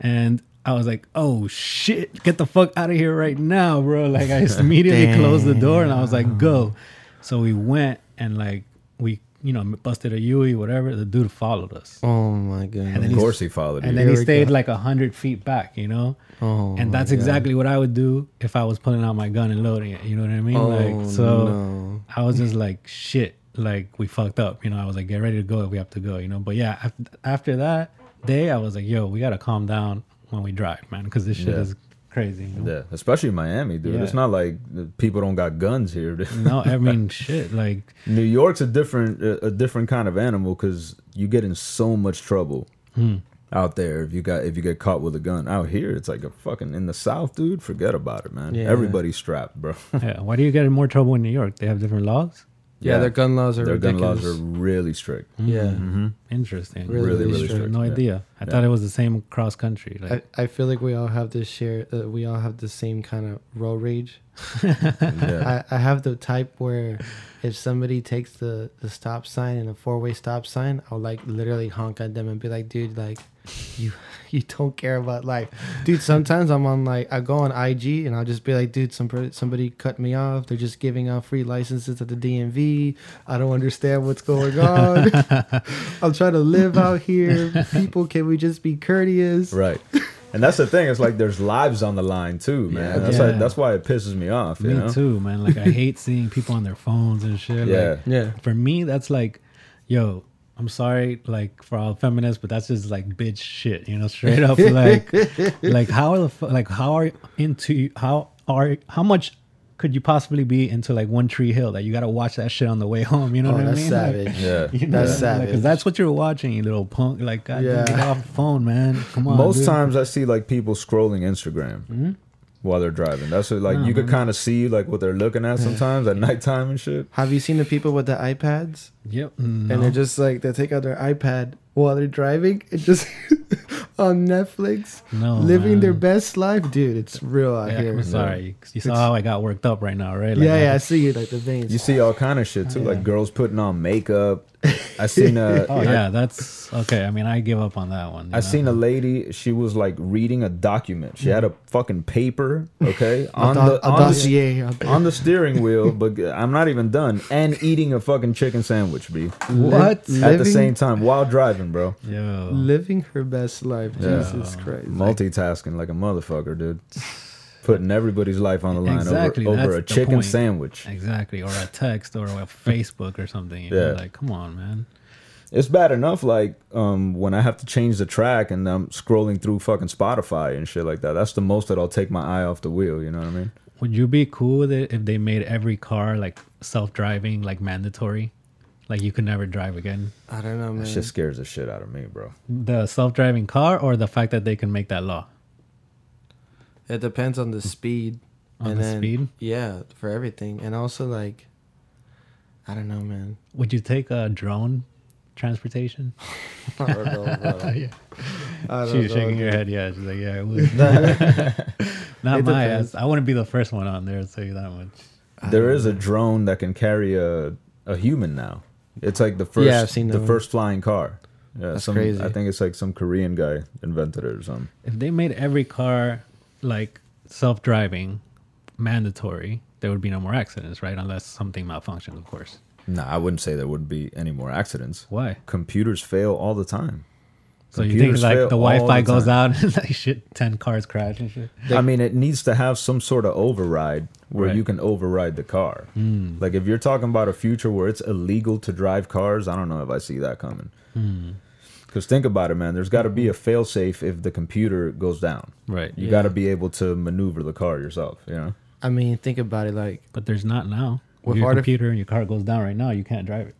S2: And I was like, "Oh shit, get the fuck out of here right now, bro!" Like I just immediately closed the door and I was like, "Go." So we went and like we, you know, busted a Yui, whatever. The dude followed us,
S4: Oh my goodness.
S3: Of course, he followed
S2: and
S3: you.
S2: then he
S4: Here we
S2: stayed
S4: go.
S2: like a hundred feet back, you know.
S4: Oh
S2: and that's exactly what I would do if I was pulling out my gun and loading it. You know what I mean? like so.
S4: Oh, no.
S2: I was just like, shit, like we fucked up. You know, I was like, get ready to go if we have to go, you know. But yeah, af- after that day, I was like, yo, we got to calm down when we drive, man, because this shit
S3: Yeah.
S2: is crazy. You know?
S3: Yeah, especially in Miami, dude.
S2: Yeah.
S3: It's not like the people don't got guns here. dude.
S2: No, I mean, shit, like,
S3: New York's a different a a different kind of animal because you get in so much trouble
S2: Hmm.
S3: out there if you got if you get caught with a gun. Out here, it's like a fucking in the South, dude. Forget about it, man.
S4: Yeah.
S3: Everybody's strapped, bro.
S2: yeah, why do you get in more trouble in New York? They have different laws?
S4: Yeah,
S3: Yeah.
S4: their gun laws are
S3: Their gun
S4: ridiculous.
S3: laws are Mm-hmm. really strict.
S4: yeah.
S2: Mm-hmm. Interesting.
S4: Really, Really, really
S2: I had
S4: strict,
S2: No
S3: yeah.
S2: idea. I
S3: Yeah.
S2: thought it was the same cross country. Like,
S4: I, I feel like we all have this share. Uh, we all have the same kind of road rage.
S3: Yeah.
S4: I, I have the type where if somebody takes the, the stop sign and a four way stop sign, I'll like literally honk at them and be like, dude, like you you don't care about life, dude. Sometimes I'm on like I go on IG and I'll just be like, dude, some per- somebody cut me off. They're just giving out free licenses at the DMV. I don't understand what's going on. I'm trying to live out here. People, can we just be courteous?
S3: right. And that's the thing. It's like there's lives on the line too, man. That's like
S2: Yeah.
S3: that's why it pisses me off. You
S2: me
S3: know?
S2: too, man. Like I hate seeing people on their phones and shit.
S3: Yeah.
S2: Like,
S4: Yeah.
S2: For me, that's like, yo, I'm sorry, like for all feminists, but that's just like bitch shit, you know, straight up. Like, like how the fu- like how are into how are how much could you possibly be into like One Tree Hill that you got to watch that shit on the way home? You know
S4: Oh,
S2: what I
S4: that's
S2: mean? Like,
S4: savage.
S3: Yeah.
S2: you know,
S4: That's
S2: like, 'cause
S4: savage.
S2: that's what you're watching, you little punk. Like, God,
S4: Yeah.
S2: get off the phone, man. Come on.
S3: Most
S2: dude. Mm-hmm.
S3: times I see like people scrolling Instagram while they're driving. That's what, like you could
S2: Uh-huh.
S3: kind of see like what they're looking at sometimes at nighttime and shit.
S4: Have you seen the people with the iPads?
S2: Yep. Mm.
S4: And they're just like they take out their iPad while they're driving and just on Netflix,
S2: No,
S4: living their
S2: man.
S4: best life, dude. It's real out
S2: Yeah,
S4: here.
S2: I'm sorry. You saw how I got worked up right now, right? Like,
S4: yeah,
S2: I-
S4: yeah, I see you like the veins.
S3: You see all kind of shit too, like girls putting on makeup. I seen a
S2: Oh yeah, that's okay. I mean, I give up on that one.
S3: I seen a lady. She was like reading a document.
S2: Mm-hmm.
S3: She had a fucking paper, okay, on
S4: Do-
S3: the
S4: a
S3: on the,
S4: dossier. on-
S3: on the steering wheel. But I'm not even done. And eating a fucking chicken sandwich, b.
S2: what?
S4: Li-
S3: At the
S4: Living-
S3: same time while driving, bro.
S2: Yo,
S4: living her best life.
S3: Yeah.
S4: Jesus Christ.
S3: Multitasking like a motherfucker, dude. Putting everybody's life on the line
S2: Exactly,
S3: over,
S2: that's
S3: over a
S2: the
S3: chicken
S2: point.
S3: sandwich.
S2: exactly. Or a text, or a Facebook, or something. You know?
S3: Yeah.
S2: Like, come on, man.
S3: It's bad enough, like um, when I have to change the track and I'm scrolling through fucking Spotify and shit like that. That's the most that I'll take my eye off the wheel. You know what I mean?
S2: Would you be cool with it if they made every car like self-driving, like mandatory? Like you could never drive again.
S4: I don't know, man.
S3: Shit scares the shit out of me, bro.
S2: The self-driving car, or the fact that they can make that law.
S4: It depends on the speed.
S2: On the speed?
S4: Yeah, for everything. And also like I don't know, man.
S2: Would you take a drone transportation?
S4: I don't know, bro. I don't
S2: She's
S4: know,
S2: shaking
S4: dude.
S2: her head. Yeah, she's like, yeah, I would. Not my
S4: depends.
S2: ass. I wouldn't be the first one on there. I'll tell you that much.
S4: Oh,
S3: There is a drone that can carry a a human now. It's like the first
S4: Yeah, I've seen
S3: the
S4: that one.
S3: first flying car. Yeah,
S4: That's
S3: some,
S4: crazy.
S3: I think it's like some Korean guy invented it or something.
S2: if they made every car like self-driving mandatory there would be no more accidents right unless something malfunctions of course
S3: No, I wouldn't say there would be any more accidents.
S2: why
S3: Computers fail all the time.
S2: so you think
S3: Computers
S2: like the
S3: fail all
S2: wi-fi
S3: the
S2: goes
S3: time.
S2: out and like shit 10 cars crash and shit
S3: I mean, it needs to have some sort of override where
S2: Right.
S3: you can override the car.
S4: Hmm.
S3: Like if you're talking about a future where it's illegal to drive cars, I don't know if I see that coming.
S4: Hmm.
S3: Because think about it, man. There's got to be a failsafe if the computer goes down.
S2: right
S3: You got to be able to maneuver the car yourself. You know.
S4: I mean, think about it like
S2: but there's not now
S4: With
S2: with your
S4: artif-
S2: computer and your car goes down right now you can't drive it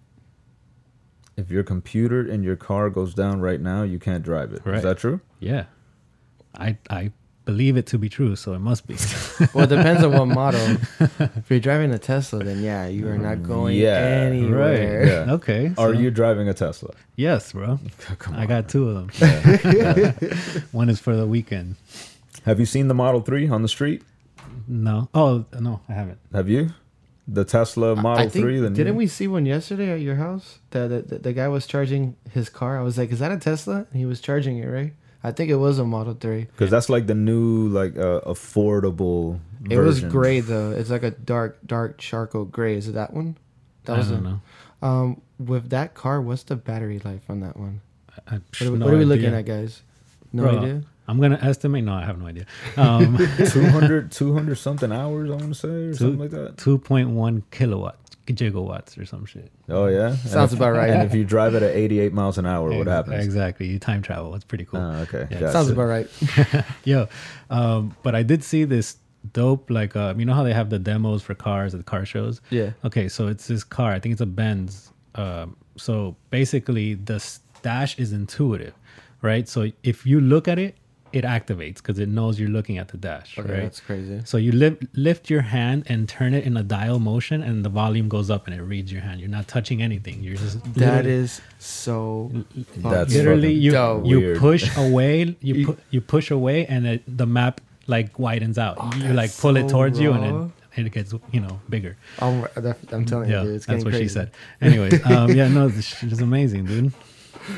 S3: If your computer in your car goes down right now, you can't drive it. Is
S2: Right.
S3: that true?
S2: yeah i i believe it to be true so it must be
S4: Well, it depends on what model. if you're driving a Tesla, then yeah, you are not going
S3: yeah,
S4: anywhere.
S3: right, Yeah.
S2: okay
S3: Are
S2: so-
S3: you driving a Tesla?
S2: yes bro
S3: Come
S2: i got two of them one is for the weekend
S3: Have you seen the Model 3 on the street?
S2: no oh no i haven't
S3: Have you? The Tesla Model
S4: I think,
S3: 3? The new-
S4: didn't we see one yesterday at your house? The, the, the, the guy was charging his car. I was like, is that a Tesla? And he was charging it, right? I think it was a Model 3.
S3: Because that's like the new, like uh, affordable.
S4: It was
S3: version.
S4: gray, though. It's like a dark, dark charcoal gray. Is it that one? That
S2: i
S4: was
S2: don't
S4: a-
S2: know
S4: Um, with that car, what's the battery life on that one?
S2: I-
S4: What are we,
S2: no
S4: what are we
S2: idea.
S4: looking at, guys? No
S2: Bro,
S4: idea?
S2: I'm gonna estimate. No, I have no idea. Um,
S3: 200, 200 something hours, I want to say, or something like that.
S2: two point one kilowatts, gigawatts, or some shit.
S3: Oh, yeah.
S4: Sounds about
S3: And if
S4: right.
S3: you drive it at 88 miles an hour, what
S2: Ex-
S3: happens?
S2: Exactly. You time travel. It's pretty cool.
S3: Oh, okay.
S2: Yeah.
S3: gotcha.
S4: Sounds about right.
S2: Yo, um, but I did see this dope. Like, uh, you know how they have the demos for cars at car shows.
S4: Yeah.
S2: Okay, so it's this car. I think it's a Benz. Um, so basically, the dash is intuitive, right? So if you look at it, it activates because it knows you're looking at the dash,
S5: Okay,
S2: right?
S5: that's crazy.
S2: So you lift lift your hand and turn it in a dial motion, and the volume goes up, and it reads your hand. You're not touching anything. You're just
S5: That
S2: literally-
S5: is so.
S3: That's
S5: fucking-
S2: literally
S3: fucking
S2: you
S4: dope.
S2: you
S3: Weird.
S2: push away you pu- you push away and it, the map like widens out you like
S5: that's
S2: pull it
S5: so
S2: towards you
S5: raw.
S2: and it, it gets you know bigger
S4: I'm, I'm telling
S2: yeah
S4: you, dude, it's
S2: that's
S4: getting
S2: what
S4: crazy.
S2: she said anyways um yeah no this shit is amazing dude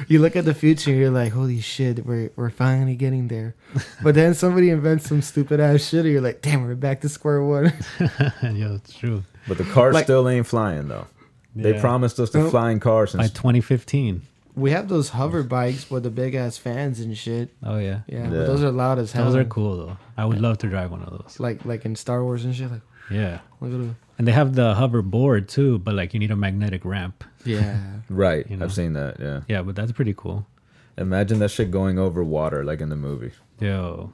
S4: You look at the future, you're like, holy shit, we're, we're finally getting there. But then somebody invents some stupid ass shit, and you're like, damn, we're back to square one.
S2: yeah it's true
S3: But the cars
S4: Like-
S3: still ain't flying though. They
S2: Yeah.
S3: promised us the
S4: Nope.
S3: flying car
S2: by
S3: since
S2: 2015
S4: we have those hover bikes with the big ass fans and shit.
S2: oh yeah
S3: Yeah.
S4: Yeah, But those are loud as hell.
S2: those are cool though i would love to drive one of those
S4: Like like in Star Wars and shit. Like
S2: yeah
S4: look at them.
S2: and they have the hoverboard too but like you need a magnetic ramp
S4: Yeah.
S3: right.
S2: You know.
S3: I've seen that. Yeah.
S2: yeah but that's pretty cool
S3: Imagine that shit going over water like in the movie.
S2: yo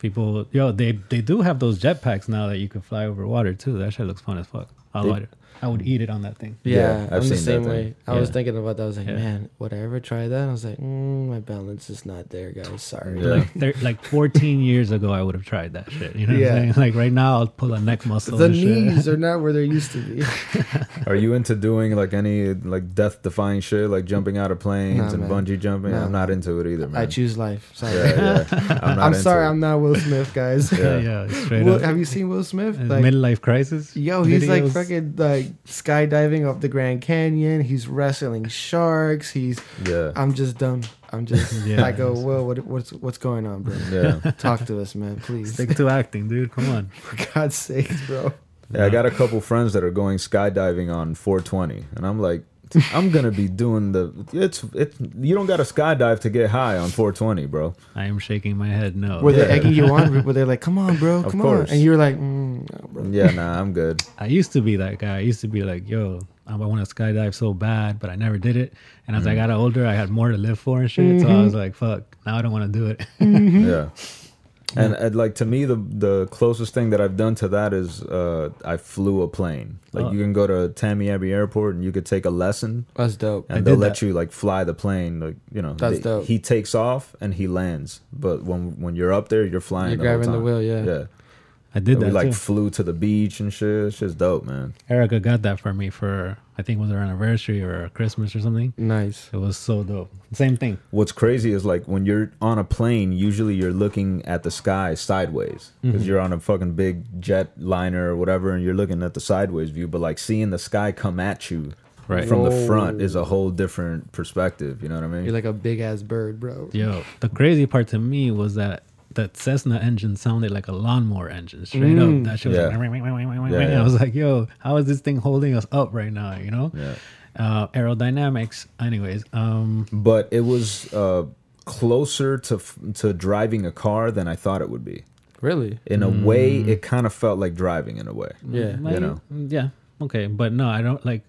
S2: people yo they they do have those jetpacks now that you can fly over water too that shit looks fun as fuck i would i would eat it on that thing
S4: Yeah,
S3: I've
S4: I'm
S3: seen
S4: the
S3: that
S4: same
S3: thing.
S4: way. I was
S2: Yeah.
S4: thinking about that. I was like,
S2: Yeah.
S4: man, would I ever try that? I was like, mm, my balance is not there, guys. Sorry.
S3: Yeah.
S2: like thir- like 14 years ago i would have tried that shit you know what
S4: Yeah.
S2: i'm saying like right now i'll pull a neck muscle
S4: The
S2: and shit.
S4: knees are not where they used to be.
S3: Are you into doing like any like death defying shit like jumping out of planes
S4: Nah,
S3: and
S4: man.
S3: bungee jumping?
S4: Nah.
S3: I'm not into it either, man.
S4: I choose life. Sorry.
S3: Yeah, yeah. I'm, not
S4: I'm
S3: into
S4: sorry,
S3: it.
S4: I'm not Will Smith, guys.
S2: yeah,
S3: Yeah.
S2: yeah straight
S4: Will,
S2: up
S4: have you seen Will Smith?
S2: His
S4: Like,
S2: midlife crisis
S4: yo, he's like
S2: videos.
S4: fucking like skydiving off the Grand Canyon. He's wrestling sharks. He's.
S3: Yeah.
S4: I'm just dumb. I'm just.
S2: Yeah.
S4: I go, Will, what, what's what's going on, bro?
S3: yeah.
S4: Talk to us, man, please.
S2: stick to acting dude come on
S4: For God's sake, bro.
S3: Yeah, I got a couple friends that are going skydiving on 420, and I'm like, I'm gonna be doing the. It's it's you don't got to skydive to get high on 420, bro.
S2: i am shaking my head no
S4: Were
S3: Oh, Yeah.
S4: they egging you on? Were they like, "Come on, bro,
S3: Of
S4: come
S3: course.
S4: on," and you were like, mm, no, bro.
S3: Yeah, nah, I'm good.
S2: I used to be that guy. I used to be like, yo, I want to skydive so bad, but I never did it. And as I
S3: Mm-hmm.
S2: got older, I had more to live for and shit. So I was like, fuck, now I don't want to do it.
S3: Yeah. And, and like to me, the the closest thing that I've done to that is uh, I flew a plane. Like
S2: Oh.
S3: you can go to Tamiami Airport and you could take a lesson,
S4: That's dope.
S3: and
S2: did
S3: they'll let
S2: that.
S3: you like fly the plane. Like you know,
S4: That's
S3: they-
S4: dope.
S3: he takes off and he lands, but when when you're up there, you're flying.
S4: You're
S3: the whole
S4: grabbing the
S3: time.
S4: wheel, yeah.
S3: Yeah.
S2: I did
S3: we
S2: that.
S3: like
S2: too.
S3: flew to the beach and shit. Shit's dope, man.
S2: Erica got that for me for, I think, it was her anniversary or Christmas or something.
S4: Nice.
S2: It was so dope. Same thing.
S3: What's crazy is like when you're on a plane, usually you're looking at the sky sideways because
S2: Mm-hmm.
S3: you're on a fucking big jet liner or whatever, and you're looking at the sideways view. But like seeing the sky come at you
S2: Right.
S3: from the front is a whole different perspective. You know what I mean?
S4: You're like a big ass bird, bro.
S2: Yo, the crazy part to me was that that Cessna engine sounded like a lawnmower engine. Straight up, that shit was
S3: Mm. Yeah.
S2: like, "Wing, wing, wing, wing, wing, wing,"
S3: Yeah,
S2: and I
S3: yeah.
S2: was like, yo, how is this thing holding us up right now? You know,
S3: Yeah.
S2: uh, aerodynamics. Anyways, um,
S3: but it was uh, closer to f- to driving a car than I thought it would be.
S4: Really?
S3: In a way,
S2: Mm.
S3: it kind of felt like driving in a way.
S4: Yeah.
S2: Like,
S3: know?
S2: mm, Yeah. Okay. But no, I don't like.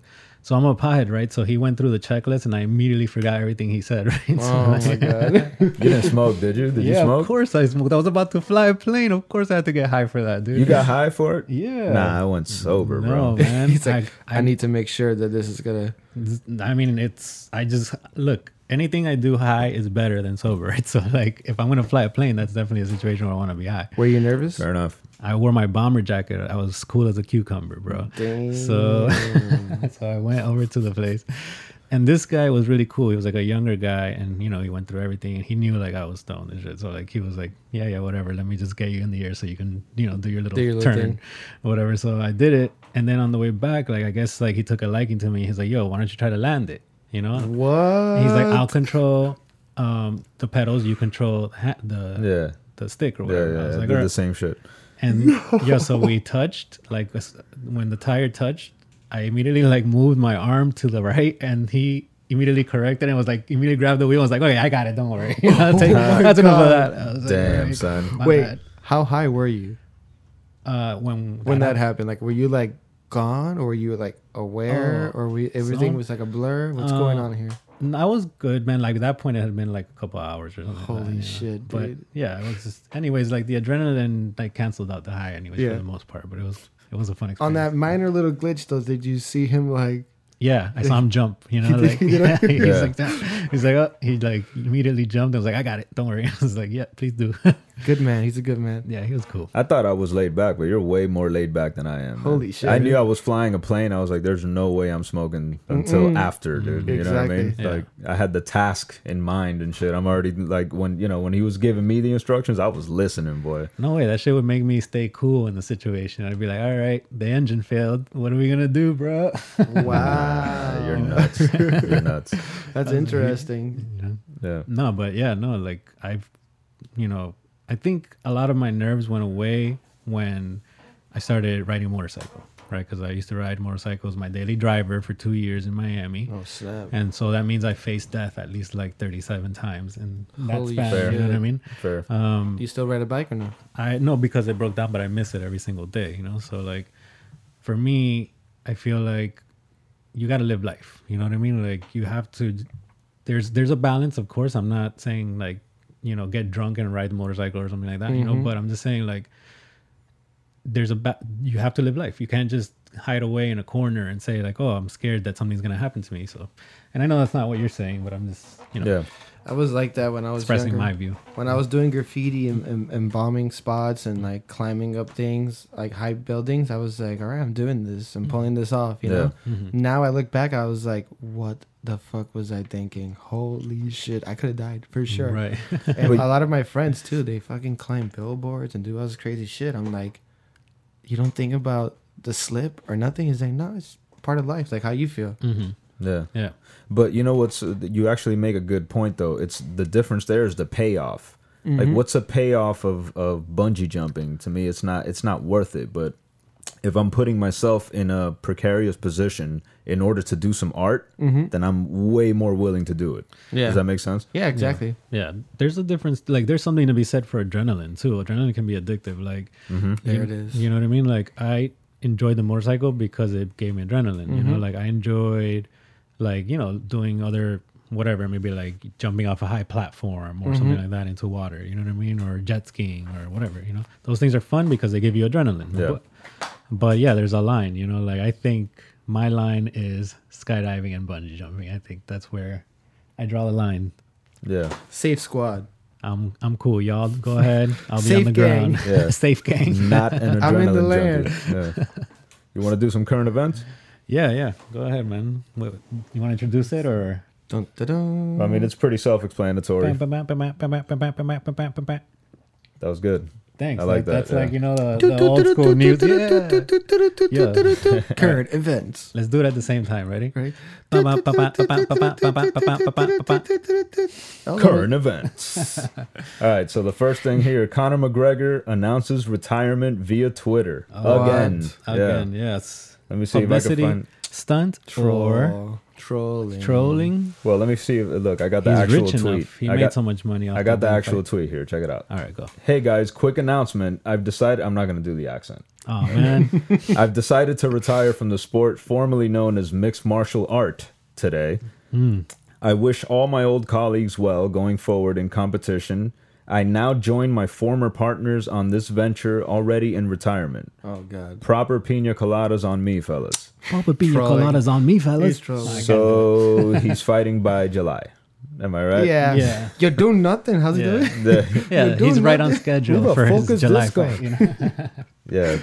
S2: So I'm a pothead, right? So he went through the checklist, and I immediately forgot everything he said, right? so,
S4: Oh my god.
S3: You didn't smoke, did you? Did
S2: yeah,
S3: you smoke?
S2: of course I smoked. I was about to fly a plane. Of course I had to get high for that, dude.
S3: You got high for it?
S2: Yeah.
S3: Nah, I went sober,
S2: no,
S3: bro.
S2: man.
S4: He's like,
S2: I,
S4: I, need to make sure that this is gonna.
S2: I mean, it's. I just look. Anything I do high is better than sober, right? So like, if I'm gonna fly a plane, that's definitely a situation where I want to be high.
S4: Were you nervous?
S3: Fair enough.
S2: I wore my bomber jacket. I was cool as a cucumber, bro. So, so I went over to the place, and this guy was really cool. He was like a younger guy, and you know he went through everything, and he knew like I was stoned and shit. So like he was like, yeah, yeah, whatever. Let me just get you in the air so you can you know do your little,
S4: Do your little
S2: turn,
S4: thing.
S2: whatever. So I did it, and then on the way back, like I guess like he took a liking to me. He's like, yo, why don't you try to land it? You know,
S4: What?
S2: he's like, I'll control um the pedals, you control ha- the
S3: Yeah.
S2: the stick or
S3: Yeah, yeah,
S2: whatever. I was
S3: I
S2: like,
S3: did
S2: "Alright."
S3: the same shit.
S2: and yeah so we touched like as- when the tire touched i immediately like moved my arm to the right and he immediately corrected and was like immediately grabbed the wheel and was like okay i got it don't worry You know, I'll
S4: Oh
S2: take- that's enough of that I was like,
S3: Damn,
S2: "Alright,
S3: son.
S2: my
S4: Wait,
S2: bad."
S4: how high were you
S2: uh when
S4: when that happened? Like, were you like gone, or were you like aware,
S2: Oh,
S4: or were you, everything
S2: so-
S4: was like a blur? What's going
S2: Uh,
S4: on here?
S2: happened i was good man like at that point it had been like a couple hours or something like
S4: Holy
S2: that, you know.
S4: shit,
S2: but
S4: dude.
S2: yeah it was just anyways like the adrenaline like canceled out the high anyways
S4: Yeah.
S2: for the most part but it was it was a fun experience
S4: On that minor little glitch, though, did you see him like?
S2: Yeah, I saw him jump. You know, like
S4: did, you know?
S2: yeah, he's
S3: Yeah.
S2: like that. He's like, oh, he like immediately jumped. I was like, I got it. Don't worry. I was like, yeah, please do.
S4: Good man. He's a good man.
S2: yeah, he was cool.
S3: I thought I was laid back, but you're way more laid back than I am. man.
S4: Holy shit.
S3: I knew I was flying a plane. I was like, "There's no way I'm smoking until after, dude." You know what I mean?
S4: Exactly.
S3: Like, I had the task in mind and shit. I'm already like, when you know, when he was giving me the instructions, I was listening, boy.
S2: No way. That shit would make me stay cool in the situation. I'd be like, all right, the engine failed. What are we gonna do, bro?
S4: Wow.
S3: You're nuts. you're nuts.
S4: That's interesting.
S3: Yeah.
S2: No, but yeah, no, like I've, you know, I think a lot of my nerves went away when I started riding a motorcycle, right? Because I used to ride motorcycles, my daily driver for two years in Miami.
S4: Oh, snap.
S2: And so that means I faced death at least like 37 times in that
S4: Holy
S2: span.
S3: Fair.
S2: You know what I mean?
S3: Fair.
S2: Uh,
S4: You still ride a bike or no?
S2: I no because it broke down, but I miss it every single day. You know, so like for me, I feel like you got to live life. You know what I mean? Like you have to. There's there's a balance, of course. I'm not saying like you know get drunk and ride the motorcycle or something like that. You know, but I'm just saying like there's a ba- you have to live life. You can't just hide away in a corner and say like oh I'm scared that something's gonna happen to me. So, and I know that's not what you're saying, but I'm just you know
S3: yeah.
S4: I was like that when I was
S2: expressing
S4: younger.
S2: my view.
S4: When I was doing graffiti and, and, and bombing spots and like climbing up things, like high buildings, I was like, all right, I'm doing this. I'm pulling this off, you
S3: Yeah. Mm-hmm.
S4: know? Now I look back, I was like, what the fuck was I thinking? Holy shit. I could have died for sure.
S2: Right.
S4: And a lot of my friends too, they fucking climb billboards and do all this crazy shit. I'm like, you don't think about the slip or nothing? He's like, no, it's part of life. Like how you feel.
S3: Mm. Yeah.
S2: yeah.
S3: But you know what's you actually make a good point though. It's the difference there is the payoff.
S4: Mm-hmm.
S3: Like what's a payoff of of bungee jumping? To me it's not it's not worth it, but if I'm putting myself in a precarious position in order to do some art, then I'm way more willing to do it.
S4: Mm-hmm. Yeah.
S3: Does that make sense?
S4: Yeah, exactly.
S2: Yeah, there's a difference. Like, there's something to be said for adrenaline too. Adrenaline can be addictive. Like,
S4: There
S2: you-
S4: it is.
S2: You know what I mean? Like, I enjoyed the motorcycle because it gave me adrenaline. You know, like I enjoyed, like you know, doing other whatever, maybe like jumping off a high platform or something like that into water. You know what I mean? Or jet skiing or whatever. You know, those things are fun because they give you adrenaline.
S3: Yeah.
S2: But, but yeah, there's a line. You know, like I think my line is skydiving and bungee jumping. I think that's where I draw the line.
S3: Yeah.
S4: Safe squad.
S2: I'm I'm cool, y'all. Go ahead. I'll be on
S4: Safe
S2: the
S4: gang.
S2: ground.
S3: Yeah.
S2: Safe gang.
S3: Not an adrenaline
S4: I'm in the
S3: junkie. Yeah. You want to do some current events?
S2: Yeah, yeah. Go ahead, man. What, you want to introduce it or?
S4: Dun, dun, dun.
S3: I mean, it's pretty self-explanatory.
S2: Thanks.
S3: That was good. I like that,
S2: That's
S3: yeah.
S2: like you know the, the old school news. Yeah. Yeah.
S4: Current events.
S2: Let's do it at the same time. Ready?
S4: Right?
S2: Oh.
S3: current events. All right, so the first thing here, Conor McGregor announces retirement via Twitter again. Yeah.
S2: Again, yes.
S3: Let me see
S2: Publicity
S3: if I can find.
S2: stunt or
S4: Troll. Trolling.
S2: trolling.
S3: Well, let me see. If, look, I got the
S2: He's
S3: actual
S2: rich
S3: tweet.
S2: enough. He
S3: I
S2: made
S3: got,
S2: so much money. Off
S3: I got the
S2: damn
S3: actual
S2: fight.
S3: tweet here. Check it out.
S2: All right, go.
S3: Hey guys, quick announcement. I've decided I'm not going to do the accent.
S2: Oh man.
S3: I've decided to retire from the sport formerly known as mixed martial art today.
S4: Hmm.
S3: I wish all my old colleagues well going forward in competition. I now join my former partners on this venture already in retirement.
S4: Oh god.
S3: Proper pina coladas on me, fellas.
S2: Papa Pina
S4: Trolling.
S2: Colada's on me, fellas.
S4: He's trolling.
S3: So he's fighting by July. Am I right?
S4: Yeah.
S2: Yeah.
S4: You're doing nothing. How's he doing?
S3: The-
S2: Yeah,
S4: doing
S2: he's right on
S4: nothing.
S3: Who
S2: schedule
S3: the
S2: for
S3: fuck
S2: his
S3: is
S2: July
S3: this guy?
S2: fight. You know?
S3: yeah.
S4: Yeah.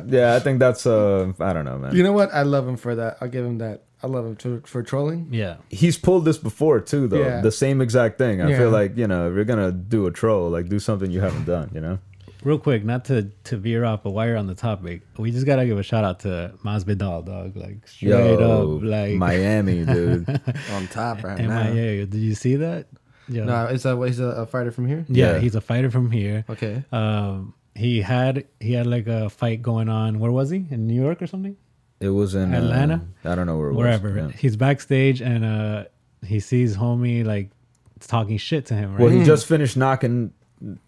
S3: So, yeah, I think that's, uh, I don't know, man.
S4: You know what? I love him for that. I'll give him that. I love him to, for trolling.
S2: yeah.
S3: he's pulled this before too though
S4: Yeah.
S3: the same exact thing i
S4: Yeah.
S3: feel like you know if you're gonna do a troll like do something you haven't done you know
S2: Real quick, not to, to veer off, but while you're on the topic, we just gotta give a shout out to Masvidal, dog. Like straight
S3: Yo,
S2: up, like
S3: miami dude
S4: On top right
S2: MIA. Did you see that? Yeah.
S4: No, is that he's a, a fighter from here?
S2: yeah,
S3: Yeah.
S2: he's a fighter from here.
S4: Okay.
S2: Um, he had he had like a fight going on. Where was he? In New York or something?
S3: it was in uh,
S2: Atlanta?
S3: i don't know where it
S2: Wherever.
S3: was yeah.
S2: He's backstage and uh, he sees homie like talking shit to him. Right?
S3: well he just finished knocking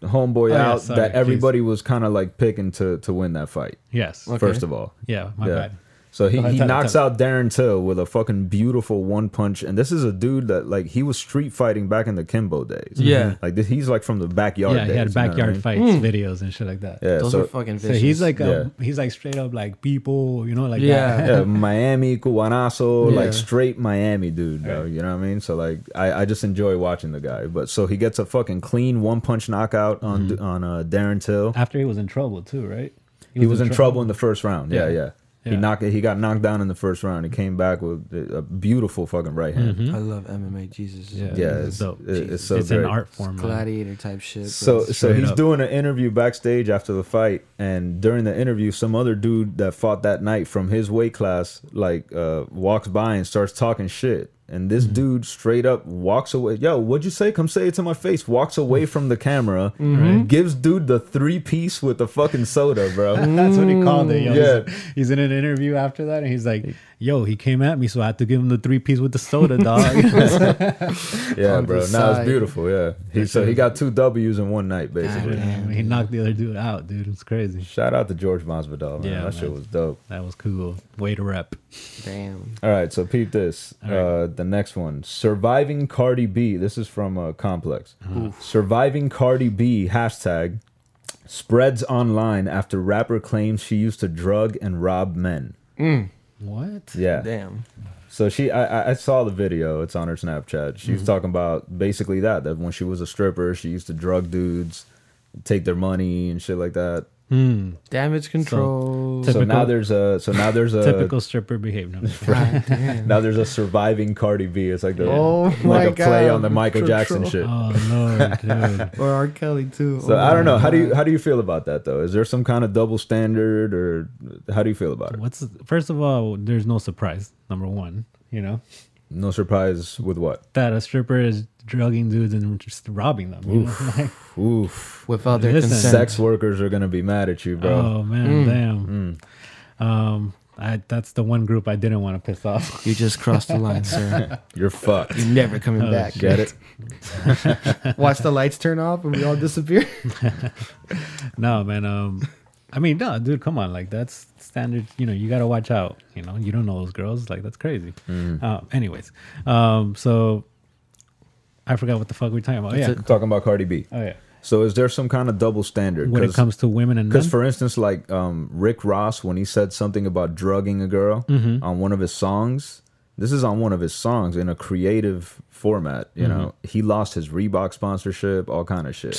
S3: homeboy
S2: Oh, yeah,
S3: out
S2: sorry,
S3: that
S2: please.
S3: everybody was kind of like picking to to win that fight
S2: yes.
S4: Okay.
S3: first of all
S2: Yeah. My
S3: yeah
S2: bad.
S3: So he,
S2: ahead,
S3: he
S2: tell-
S3: knocks
S2: tell.
S3: out Darren Till with a fucking beautiful one punch. And this is a dude that like he was street fighting back in the Kimbo days.
S5: Yeah.
S3: Like th- he's like from the backyard.
S2: yeah,
S3: days,
S2: he had
S3: you know what I
S2: backyard
S3: mean? Mm.
S2: fights, videos, and shit like that.
S3: Yeah.
S4: Those
S3: so,
S4: are fucking
S2: So
S4: vicious.
S2: he's like,
S3: Yeah.
S2: a, he's like straight up like people, you know, like
S5: Yeah.
S2: that.
S3: yeah, Miami Cubanazo,
S4: Yeah.
S3: like straight Miami dude, bro. You know what I mean? So like, I, I just enjoy watching the guy. But so he gets a fucking clean one punch knockout on on uh, Darren Till.
S2: After he was in trouble too, right?
S3: He was in trouble in the first round. Yeah,
S2: Yeah.
S3: yeah. Mm-hmm. He
S2: Yeah.
S3: knocked. He got knocked down in the first round. He came back with a a beautiful fucking right hand.
S5: I love MMA. Jesus.
S3: Yeah,
S2: this is
S3: it's,
S2: dope.
S3: it- it's so
S2: it's
S3: great.
S2: an art form. man.
S5: Gladiator type shit. bro.
S3: So so
S2: Straight
S3: he's
S2: up.
S3: doing an interview backstage after the fight, and during the interview, some other dude that fought that night from his weight class like uh, walks by and starts talking shit. And
S2: Mm-hmm.
S3: this dude straight up walks away. Yo, what'd you say? Come say it to my face. Walks away from the camera,
S2: Mm-hmm.
S3: gives dude the three piece with the fucking soda, bro.
S2: That's what he called it. Yo.
S3: Yeah.
S2: He's, he's in an interview after that, and he's like, "Yo, he came at me, so I had to give him the three piece with the soda, dog."
S3: yeah,
S4: On
S3: bro.
S4: the
S3: Now it's
S4: side.
S3: beautiful. Yeah. He, so he got two W's in one night, basically.
S2: Damn, he knocked the other dude out, dude. It's crazy.
S3: Shout out to George Masvidal, man.
S2: Yeah,
S3: that
S2: man.
S3: shit was dope.
S2: That was cool. Way to rep.
S5: damn.
S3: All right, so peep this. Uh, the next one, surviving Cardi B. This is from uh, Complex.
S2: Uh-huh.
S3: Surviving Cardi B hashtag spreads online after rapper claims she used to drug and rob men.
S2: What?
S3: Yeah.
S5: Damn.
S3: So she, I, I- I saw the video. It's on her Snapchat.
S2: Mm-hmm.
S3: She was talking about basically that that when she was a stripper, she used to drug dudes, take their money and shit like that.
S4: damage control.
S2: So-
S3: So now
S2: Typical-
S3: there's a so now there's a
S2: Typical stripper behavior. No,
S4: God damn.
S3: now there's a surviving Cardi B. It's like the
S4: Oh my
S3: like a play
S4: God.
S3: on the Michael
S4: Control.
S3: Jackson shit.
S2: oh lord, dude.
S4: or R. Kelly too.
S3: So I don't know. How do you how do you feel about that though? Is there some kind of double standard, or how do you feel about it?
S2: What's first of all? There's no surprise. Number one, you know
S3: No surprise with what?
S2: that a stripper is drugging dudes and just robbing them. you know? Like,
S3: Oof.
S4: Without their
S2: Listen.
S4: consent.
S3: Sex workers are gonna be mad at you, bro.
S2: oh man, damn. Um, I that's the one group I didn't want to piss off.
S5: You just crossed the line, sir.
S3: You're fucked.
S4: You're never coming
S2: Oh,
S4: back.
S3: Get it?
S4: Watch the lights turn off and we all disappear.
S2: no, man. Um, I mean, no, dude, come on. Like that's standard. You know, you gotta watch out. You know, you don't know those girls. Like that's crazy. Uh, anyways, um, so I forgot what the fuck we we're talking about. Oh, yeah.
S3: Talking about Cardi B.
S2: Oh yeah.
S3: So is there some kind of double standard?
S2: When it comes to women and men,
S3: Because, for instance, like um, Rick Ross, when he said something about drugging a girl on one of his songs, this is on one of his songs in a creative format. You know, he lost his Reebok sponsorship, all kind of shit.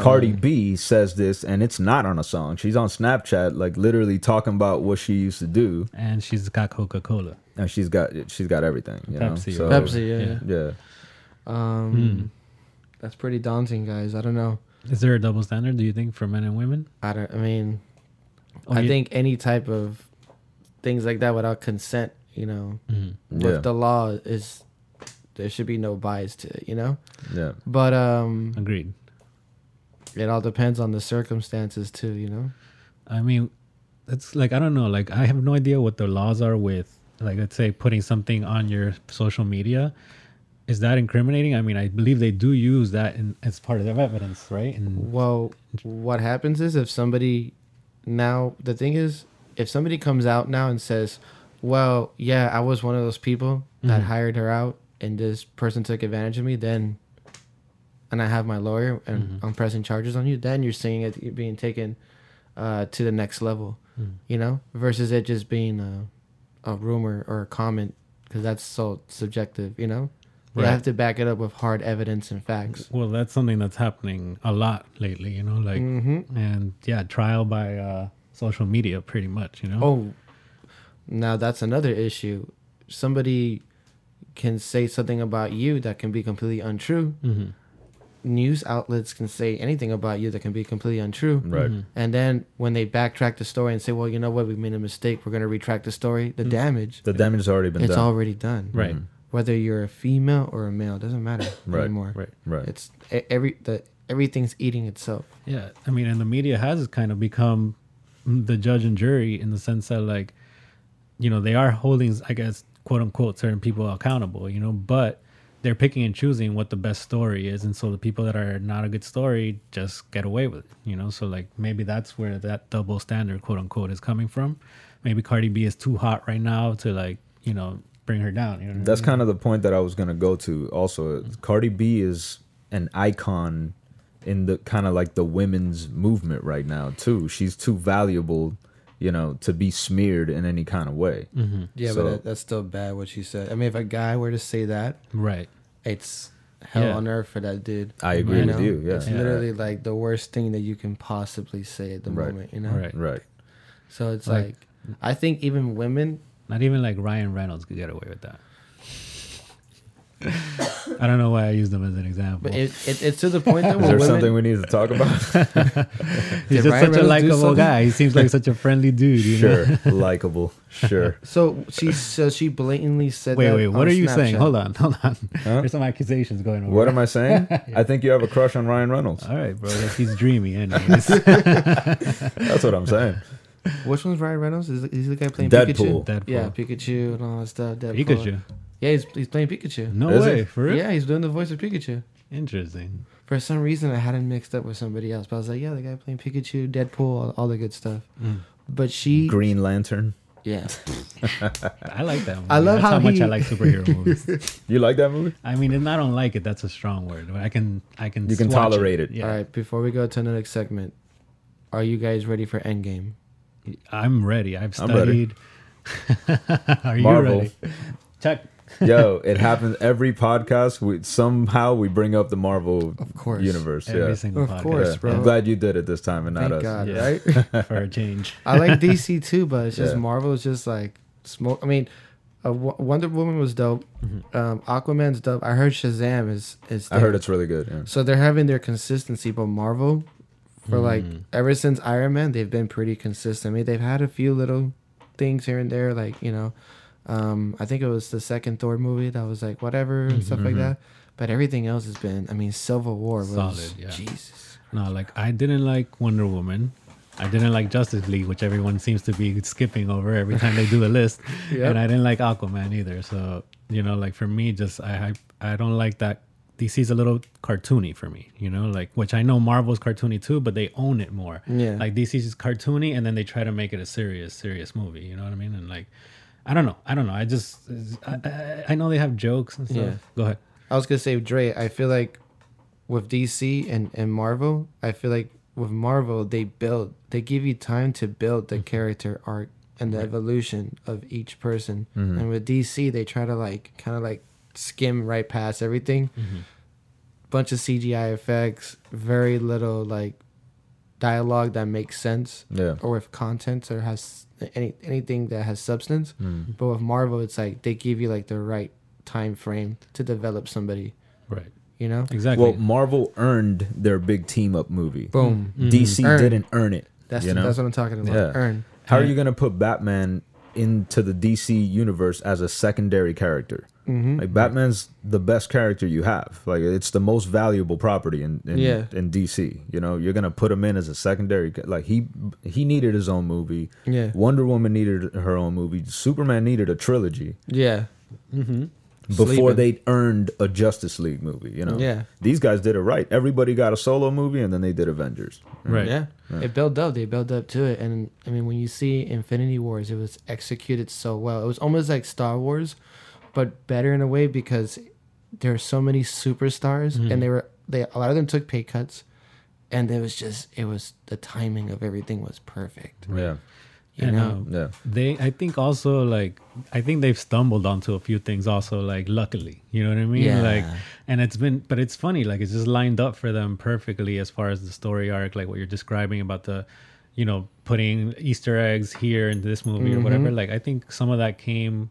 S3: Cardi B says this, and it's not on a song. She's on Snapchat, like literally talking about what she used to do,
S2: and she's got Coca Cola.
S3: and she's got she's got everything. You
S2: Pepsi,
S3: know, so,
S2: right?
S5: Pepsi, yeah.
S2: Yeah. Hmm.
S5: yeah.
S3: Yeah.
S4: Um, that's pretty daunting, guys. I don't know.
S2: Mm. Is there a double standard? Do you think for men and women?
S4: I don't. I mean,
S2: Oh,
S4: I
S2: you-
S4: think any type of things like that without consent, you know,
S2: Mm-hmm.
S4: with
S3: Yeah.
S4: the law is there should be no bias to it, you know.
S3: Yeah.
S4: But um,
S2: Agreed.
S4: it all depends on the circumstances too, you know.
S2: I mean, it's like I don't know. Like I have no idea what the laws are with like let's say putting something on your social media. Is that incriminating? I mean, I believe they do use that in, as part of their evidence, right? And
S4: Well, what happens is if somebody now the thing is if somebody comes out now and says, "Well, yeah, I was one of those people that hired her out, and this person took advantage of me," then, and I have my lawyer and I'm pressing charges on you, then you're seeing it you're being taken uh, to the next level, you know, versus it just being a, a rumor or a comment because that's so subjective, you know. You
S2: Right.
S4: have to back it up with hard evidence and facts.
S2: well, that's something that's happening a lot lately, you know, like and yeah, trial by uh, social media, pretty much, you know.
S4: Oh, now that's another issue. Somebody can say something about you that can be completely untrue.
S3: Mm-hmm.
S4: News outlets can say anything about you that can be completely untrue.
S3: Right. Mhm.
S4: And then when they backtrack the story and say, well, you know what, we made a mistake, we're going to retract the story, the damage,
S3: The damage has already been
S4: it's
S3: Mm-hmm. done.
S4: already done.
S2: Right.
S4: Whether you're a female or a male, doesn't matter
S3: Right,
S4: anymore.
S2: right,
S3: right.
S4: It's e- every the everything's eating itself.
S2: Yeah, I mean, and the media has kind of become the judge and jury in the sense that, like, you know, they are holding, I guess, quote unquote, certain people accountable, you know, but they're picking and choosing what the best story is, and so the people that are not a good story just get away with it, you know. So like maybe that's where that double standard, quote unquote, is coming from. Maybe Cardi B is too hot right now to like you know bring her down. You know what I
S3: That's
S2: mean?
S3: kind of the point that I was gonna go to. Also, Cardi B is an icon in the kind of like the women's movement right now too. She's too valuable, you know, to be smeared in any kind of way.
S5: Yeah,
S3: So-
S5: but that, that's still bad what she said. I mean, if a guy were to say that,
S2: right.
S5: it's hell
S2: Yeah.
S5: on earth for that dude.
S3: I agree with
S5: know?
S3: you. Yeah,
S5: It's literally like the worst thing that you can possibly say at the
S3: Right.
S5: moment, you know?
S2: Right.
S3: right.
S5: So it's
S2: Like-
S5: like,
S4: I think even women
S2: Not even like Ryan Reynolds could get away with that. I don't know why I used him as an example.
S4: But it, it, it's to the point
S3: Is
S4: that when
S3: there
S4: women,
S3: something we need to talk about?
S5: Did
S2: He's just
S5: Ryan
S2: such a
S5: Reynolds do
S2: likable
S5: something?
S2: guy. He seems like such a friendly dude. You know?
S3: sure, likable. Sure.
S4: so she so she blatantly said.
S2: Wait,
S4: that
S2: wait. What
S4: on
S2: are you saying?
S4: Snapchat.
S2: Hold on, hold on. There's some accusations going on.
S3: What am I saying? I think you have a crush on Ryan Reynolds.
S2: All right, bro. Like he's dreamy, anyways.
S3: That's what I'm saying.
S4: Which one's Ryan Reynolds? Is he's the guy playing
S3: Deadpool.
S4: Pikachu?
S2: Deadpool.
S5: yeah, Pikachu and all that stuff. Deadpool.
S2: Pikachu.
S4: Yeah, he's, he's playing Pikachu.
S2: No
S3: Is
S2: way.
S3: it?
S2: For real?
S4: Yeah, he's doing the voice of Pikachu.
S2: Interesting.
S5: For some reason, I had him mixed up with somebody else, but I was like, yeah, the guy playing Pikachu, Deadpool, all, all the good stuff.
S4: But she
S3: Green Lantern.
S5: Yeah.
S2: I like that. Movie.
S4: I
S2: that's
S4: love how
S2: much
S4: he-
S2: I like superhero movies.
S3: You like that movie?
S2: I mean, and I don't like it. That's a strong word, but I can, I can.
S3: You can
S2: swatch
S3: tolerate it.
S2: Yeah,
S5: All right, before we go to another segment, are you guys ready for Endgame?
S2: I'm ready. I've
S3: I'm ready.
S2: studied. Are you
S3: Marvel.
S2: ready? Chuck.
S3: Yo, it happens every podcast. We somehow we bring up the Marvel
S5: course.
S3: universe.
S2: Every
S3: yeah.
S2: single
S5: Of
S2: podcast
S5: course,
S3: Yeah.
S5: bro.
S3: I'm glad you did it this time and not
S5: Thank
S3: us.
S5: God,
S2: Yeah.
S5: right?
S2: for a change.
S5: I like DC too, but it's just
S3: Yeah.
S5: Marvel is just like smoke. I mean,
S4: uh, Wo- Wonder Woman was dope.
S2: Mm-hmm.
S4: Um, Aquaman's dope. I heard Shazam is is.
S3: I heard
S4: dope.
S3: it's really good. yeah.
S4: So they're having their consistency, but Marvel, for like
S2: Mm.
S4: ever since Iron Man, they've been pretty consistent. I mean, they've had a few little things here and there, like you know, um, I think it was the second Thor movie that was like whatever and stuff like that. But everything else has been. I mean, Civil War was
S2: Mm-hmm. Solid, yeah.
S4: Jesus.
S2: No, like I didn't like Wonder Woman. I didn't like Justice League, which everyone seems to be skipping over every time they do the list. And I didn't like Aquaman either. So you know, like for me, just I I, I don't like that. DC's a little cartoony for me, you know, like which I know Marvel's cartoony too, but they own it more.
S5: Yeah.
S2: Like DC's is cartoony, and then they try to make it a serious, serious movie. You know what I mean? And like, I don't know, I don't know. I just I, I, I know they have jokes and stuff.
S5: Yeah.
S2: Go ahead.
S4: I was gonna say Dre. I feel like with DC and and Marvel, I feel like with Marvel they build, they give you time to build the character arc and the evolution of each person. And with DC, they try to like kind of like skim right past everything. Bunch of CGI effects, very little like dialogue that makes sense
S3: Yeah.
S4: or if content or has any anything that has substance.
S3: Hmm.
S4: But with Marvel, it's like they give you like the right time frame to develop somebody.
S2: Right.
S4: You know,
S2: Exactly.
S3: Well, Marvel earned their big team up movie.
S4: boom.
S3: DC
S4: Earned.
S3: didn't earn it.
S4: That's
S3: you know?
S4: that's what I'm talking about.
S3: Yeah.
S4: Earn.
S3: How are you going to put Batman into the DC universe as a secondary character? Like Batman's the best character you have. Like it's the most valuable property in in,
S5: Yeah.
S3: in DC. You know, you're going to put him in as a secondary. ca- Like he he needed his own movie.
S5: Yeah.
S3: Wonder Woman needed her own movie. Superman needed a trilogy
S5: yeah,
S3: before
S5: Sleeping.
S3: they earned a Justice League movie. You know,
S5: Yeah.
S3: These guys did it right. Everybody got a solo movie, and then they did Avengers.
S2: right.
S5: yeah.
S4: It built up. They built up to it, and I mean, when you see Infinity Wars, it was executed so well. It was almost like Star Wars, but better in a way because there are so many superstars,
S3: Hmm.
S4: and they were they a lot of them took pay cuts, and it was just it was the timing of everything was perfect.
S3: Yeah,
S4: You
S2: And,
S4: know,
S2: um,
S3: yeah.
S2: they i think also like i think they've stumbled onto a few things also like luckily you know what i mean
S5: Yeah.
S2: like and it's been but it's funny like it's just lined up for them perfectly as far as the story arc like what you're describing about the you know putting easter eggs here in this movie
S4: Mm-hmm.
S2: or whatever like i think some of that came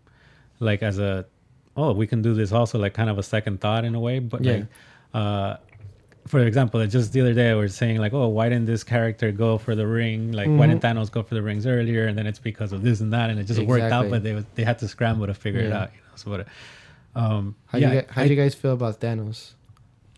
S2: like as a oh we can do this also like kind of a second thought in a way but
S5: Yeah.
S2: like uh for example, like, just the other day, I was saying like, "Oh, why didn't this character go for the ring? Like, why didn't Thanos go for the rings earlier?" And then it's because of this and that, and it just worked out.
S4: Exactly.
S2: But they was- they had to scramble to figure it
S5: Yeah.
S2: out. You know? So, but, um,
S4: how
S2: yeah,
S4: you guys, how
S2: I-
S4: do you guys feel about Thanos?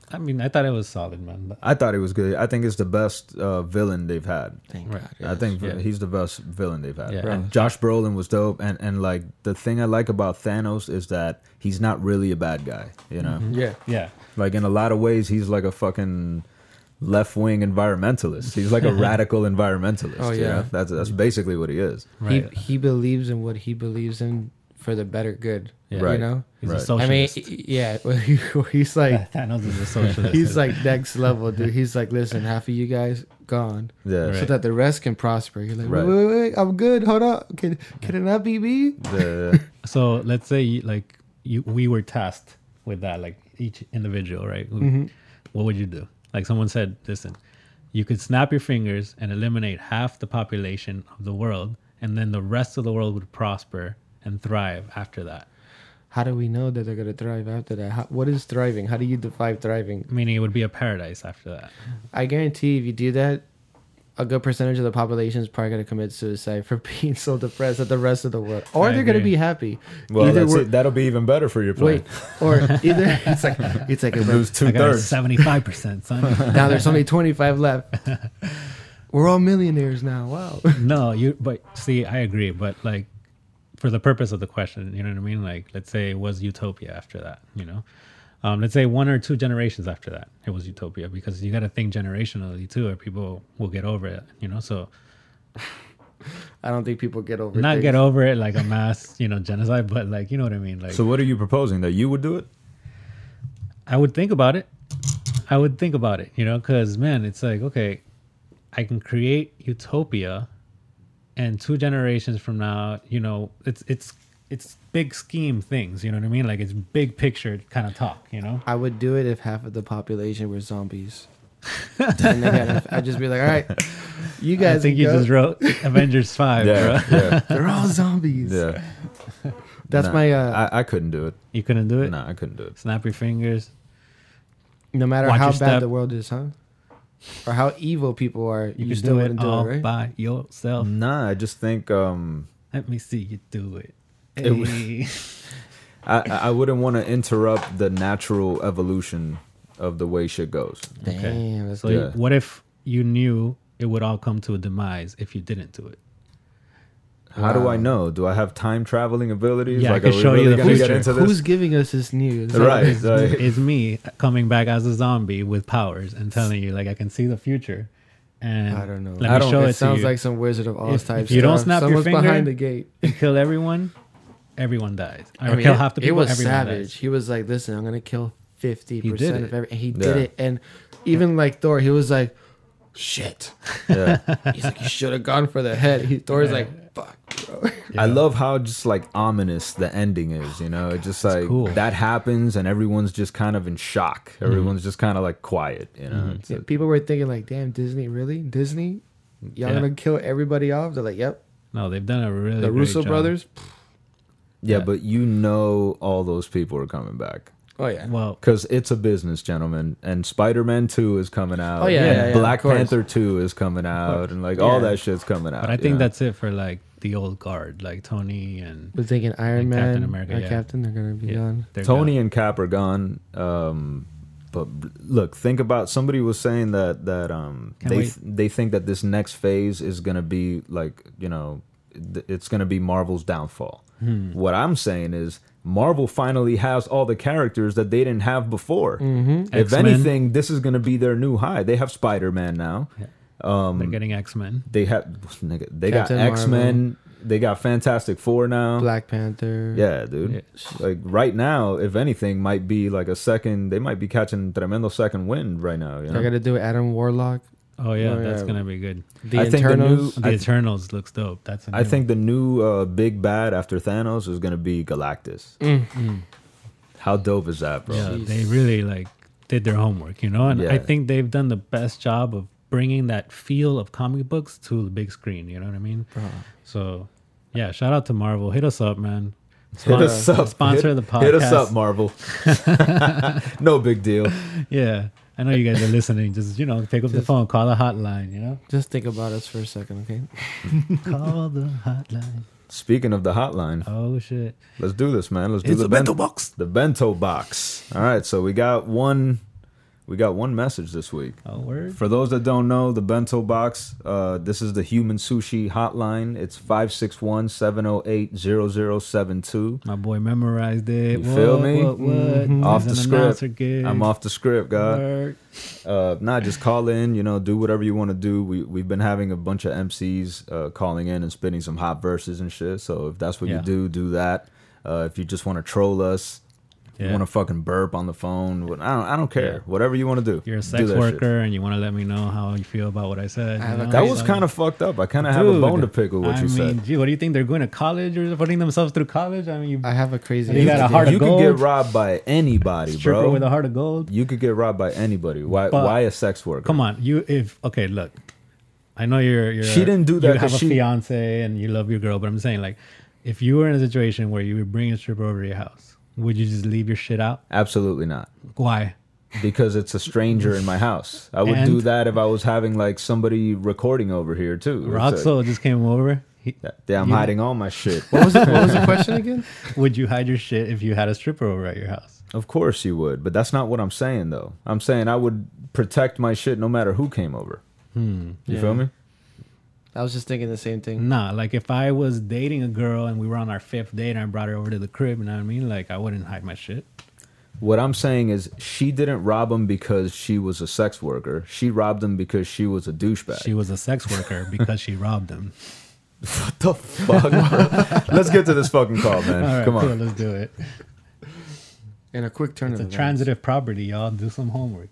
S2: I mean, I thought it was solid, man.
S3: I thought it was good. I think it's the best uh, villain they've had.
S4: Thank
S2: Right.
S4: God.
S3: I think
S2: Yeah.
S3: he's the best villain they've had.
S2: Yeah. Bro.
S3: Josh Brolin was dope, and and like the thing I like about Thanos is that he's not really a bad guy. You know,
S4: Yeah.
S2: Uh, Yeah.
S3: like in a lot of ways, he's like a fucking left wing environmentalist. He's like a radical environmentalist.
S4: Oh,
S3: you
S4: yeah.
S3: know? that's that's basically what he is.
S2: Right.
S4: He he believes in what he believes in for the better good.
S2: Yeah. Oh,
S3: Right.
S4: You know?
S2: He's a
S3: Right.
S4: I mean,
S2: socialist.
S4: yeah. well, he- he's like
S2: Thanos is a socialist.
S4: he's like next level, dude. He's like, listen, half of you guys gone,
S3: Yeah,
S4: so
S2: Right.
S4: that the rest can prosper. You're like,
S3: Right.
S4: wait, wait, wait, I'm good. Hold up, can can it not be me?
S3: The-
S2: so let's say you- like you, we were tasked with that, like each individual, right? Who- What would you do? Like someone said, listen, you could snap your fingers and eliminate half the population of the world, and then the rest of the world would prosper and thrive after that.
S4: How do we know that they're gonna thrive after that? How, what is thriving? How do you define thriving?
S2: Meaning it would be a paradise after that.
S4: I guarantee if you do that, a good percentage of the population is probably gonna commit suicide for being so depressed that the rest of the world, or
S2: I
S4: they're gonna
S2: agree.
S4: be happy.
S3: well,
S4: Either
S3: that's
S4: we're-
S3: it. That'll be even better for your plan.
S4: Wait, or either it's like it's like
S3: Lose two
S2: I got
S3: thirds.
S2: seventy-five percent, son.
S4: now there's only 25 left. We're all millionaires now. Wow.
S2: no, you. But see, I agree. But like, for the purpose of the question, you know what I mean. Like, let's say it was utopia after that. You know, um, let's say one or two generations after that, it was utopia because you got to think generationally too, or people will get over it. You know, so
S4: I don't think people get over.
S2: not
S4: things.
S2: get over it like a mass, you know, genocide, but like you know what I mean. Like,
S3: So what are you proposing that you would do it?
S2: I would think about it. I would think about it, you know, because man, it's like okay, I can create utopia, and two generations from now, you know, it's it's it's big scheme things, you know what I mean? Like it's big picture kind of talk, you know?
S4: I would do it if half of the population were zombies. and then I'd, I'd just be like, all right, you
S2: I
S4: guys.
S2: think you
S4: go.
S2: just wrote Avengers Five, bro.
S3: Yeah, yeah,
S4: They're all zombies.
S3: yeah.
S4: That's
S3: Nah,
S4: my. Uh,
S3: I, I couldn't do it.
S2: You couldn't do it.
S3: No, I couldn't do it.
S2: Snap your fingers.
S4: no matter
S2: watch
S4: how
S2: your
S4: bad
S2: step.
S4: the world is, huh? Or how evil people are,
S2: You,
S4: you,
S2: can
S4: still
S2: do
S4: wouldn't
S2: it Oh,
S4: do
S2: all
S4: it, right?
S2: by yourself.
S3: Nah, I just think um,
S2: Let me see you do it.
S3: It was-
S2: Hey.
S3: I, I I wouldn't want to interrupt the natural evolution of the way shit goes.
S4: Damn. that's
S2: So
S4: good.
S3: Yeah.
S2: what if you knew it would all come to a demise if you didn't do it?
S3: How do I know? Do I have time traveling abilities?
S2: Yeah, I
S3: like,
S2: can
S3: are we
S2: show you
S3: really
S2: the
S3: gonna get
S2: future.
S3: into
S4: Who's
S3: this?
S4: giving us this news?
S3: right.
S2: It's,
S3: like-
S2: it's me coming back as a zombie with powers and telling you like I can see the future. And
S4: I don't know.
S2: Let me
S3: I don't-
S2: show
S4: it
S2: it,
S4: sounds
S2: to you.
S4: like some Wizard of Oz
S2: If-
S4: type
S2: if you don't
S4: stuff.
S2: snap your
S4: Someone's behind
S2: finger-
S4: the gate.
S2: You kill everyone, everyone dies. I,
S4: I mean,
S2: kill half the
S4: it
S2: people.
S4: was
S2: everyone
S4: savage.
S2: dies.
S4: He was like, "Listen, I'm gonna kill fifty
S2: He did
S4: percent of
S2: it.
S4: every." And he
S3: Yeah.
S4: did it, and even like Thor, he was like, "Shit."
S3: Yeah.
S4: He's like, "You should have gone for the head." He, Thor's like, "Fuck, bro."
S3: I love how just like ominous the ending is, you know? It just like
S2: cool.
S3: that happens and everyone's just kind of in shock.
S4: Mm-hmm.
S3: Everyone's just kind of like quiet, you know? It's
S4: Yeah,
S3: a-
S4: people were thinking like, "Damn, Disney, really? Disney? Y'all
S2: Yeah.
S4: gonna kill everybody off?" They're like, "Yep."
S2: No, they've done a really
S4: The
S2: great
S4: Russo
S2: job.
S4: brothers.
S3: yeah,
S2: Yeah.
S3: but you know, all those people are coming back.
S4: Oh yeah.
S2: Well,
S3: Because it's a business, gentlemen, and Spider-Man Two is coming out.
S4: Oh, yeah,
S3: and
S4: yeah, yeah, of
S3: Black
S4: course.
S3: Panther Two is coming out, and like all
S4: Yeah.
S3: that shit's coming out.
S2: but I
S3: you
S2: think
S3: know?
S2: that's it for like the old guard, like Tony and
S4: We're thinking Iron
S2: Like
S4: Man,
S2: Captain
S4: Captain
S2: America,
S4: or
S2: yeah.
S4: Captain. They're gonna be
S2: yeah,
S4: gone.
S2: they're
S3: Tony
S2: gone.
S3: and Cap are gone. Um, but look, think about somebody was saying that that um
S2: Can't
S3: they
S2: wait.
S3: they think that this next phase is gonna be like you know th- it's gonna be Marvel's downfall.
S2: Hmm.
S3: What I'm saying is Marvel finally has all the characters that they didn't have before. If
S2: Mm-hmm. X-Men.
S3: anything, this is gonna be their new high. They have Spider Man now.
S4: um,
S2: they're getting X Men.
S3: They have nigga, they
S4: Captain
S3: got X Men. They got Fantastic Four now.
S4: Black Panther.
S3: Yeah, dude. Like right now, if anything, might be like a second. They might be catching tremendo second wind right now. You
S4: They're
S3: know?
S4: gonna do Adam Warlock.
S2: Oh yeah,
S4: Oh,
S2: that's
S4: yeah.
S2: gonna be good.
S4: The
S3: I think the new-
S4: Eternals.
S2: The
S3: I-
S2: Eternals looks dope. That's a
S3: I
S2: new
S3: think the new uh, big bad after Thanos is gonna be Galactus. How dope is that, bro?
S2: Mm. Yeah, they really like did their homework, you know. And I
S3: Yeah.
S2: think they've done the best job of bringing that feel of comic books to the big screen. You know what I mean? So, yeah, shout out to Marvel. Hit us up, man.
S3: Hit
S2: Spon-
S3: us up.
S2: Sponsor
S3: hit,
S2: the podcast.
S3: Hit us up, Marvel. no big deal.
S2: yeah, I know you guys are listening. Just you know, pick up the phone, call the hotline. You know,
S4: Just think about us for a second, okay?
S2: call the hotline.
S3: Speaking of the hotline,
S2: Oh shit!
S3: let's do this, man. Let's do
S2: It's
S3: the
S2: a
S3: ben-
S2: bento box.
S3: The bento box. All right, so we got one We got one message this week.
S2: Oh, word.
S3: For those that don't know, the bento box, uh, this is the human sushi hotline. It's 561 708 0072.
S2: My boy memorized it.
S3: You
S2: What,
S3: feel me? Mm-hmm.
S2: What, what?
S3: Off the
S2: He's an announcer
S3: script.
S2: gig.
S3: I'm off the script, God.
S2: Word.
S3: Uh, nah, just call in, you know, do whatever you want to do. We, we've been having a bunch of MCs uh, calling in and spinning some hot verses and shit. So if that's what
S2: Yeah.
S3: you do, do that. Uh, if you just want to troll us, you
S2: Yeah.
S3: want to fucking burp on the phone, what- I don't, I don't care.
S2: Yeah.
S3: Whatever you want to do.
S2: You're a
S3: do
S2: sex
S3: that shit.
S2: worker and you want to let me know how you feel about what I said.
S4: have
S2: you
S4: a
S2: know?
S3: That
S2: It's
S3: was
S2: like-
S3: kind of fucked up. I kind of have a
S2: Dude,
S3: bone to pick with
S2: I
S3: what you
S2: mean,
S3: said.
S2: Gee, what do you think? They're going to college or putting themselves through college? I mean, you
S4: I have a crazy.
S2: You got a heart of
S3: you could
S2: gold.
S3: get robbed by anybody,
S2: stripper
S3: bro.
S2: with a heart of gold.
S3: you could get robbed by anybody. Why?
S2: But-
S3: why a sex worker?
S2: Come on, you if okay, look. I know you're. you're
S3: She didn't do that
S2: You
S3: 'cause
S2: have a
S3: she-
S2: fiance and you love your girl, but I'm saying like, if you were in a situation where you would bring a stripper over to your house, would you just leave your shit out?
S3: Absolutely not,
S2: Why?
S3: because it's a stranger in my house. I would do
S2: And-
S3: that if I was having like somebody recording over here too. It's
S2: Roxo just came over. He,
S3: like, yeah, I'm hiding all my shit.
S4: What was, the, what was the question again?
S2: would you hide your shit if you had a stripper over at your house?
S3: of course you would, but that's not what I'm saying though. I'm saying I would protect my shit no matter who came over.
S2: Hmm,
S3: You feel me?
S5: I was just thinking the same thing.
S2: Nah, like if I was dating a girl and we were on our fifth date and I brought her over to the crib, you know what I mean? Like I wouldn't hide my shit.
S3: What I'm saying is, she didn't rob him because she was a sex worker. She robbed him because she was a douchebag.
S2: She was a sex worker because she robbed him.
S3: What the fuck? bro? Let's get to this fucking call, man.
S2: All right,
S3: Come on.
S2: cool, let's do it.
S5: And a quick turn
S2: It's a
S5: of events.
S2: transitive property, y'all. Do some homework.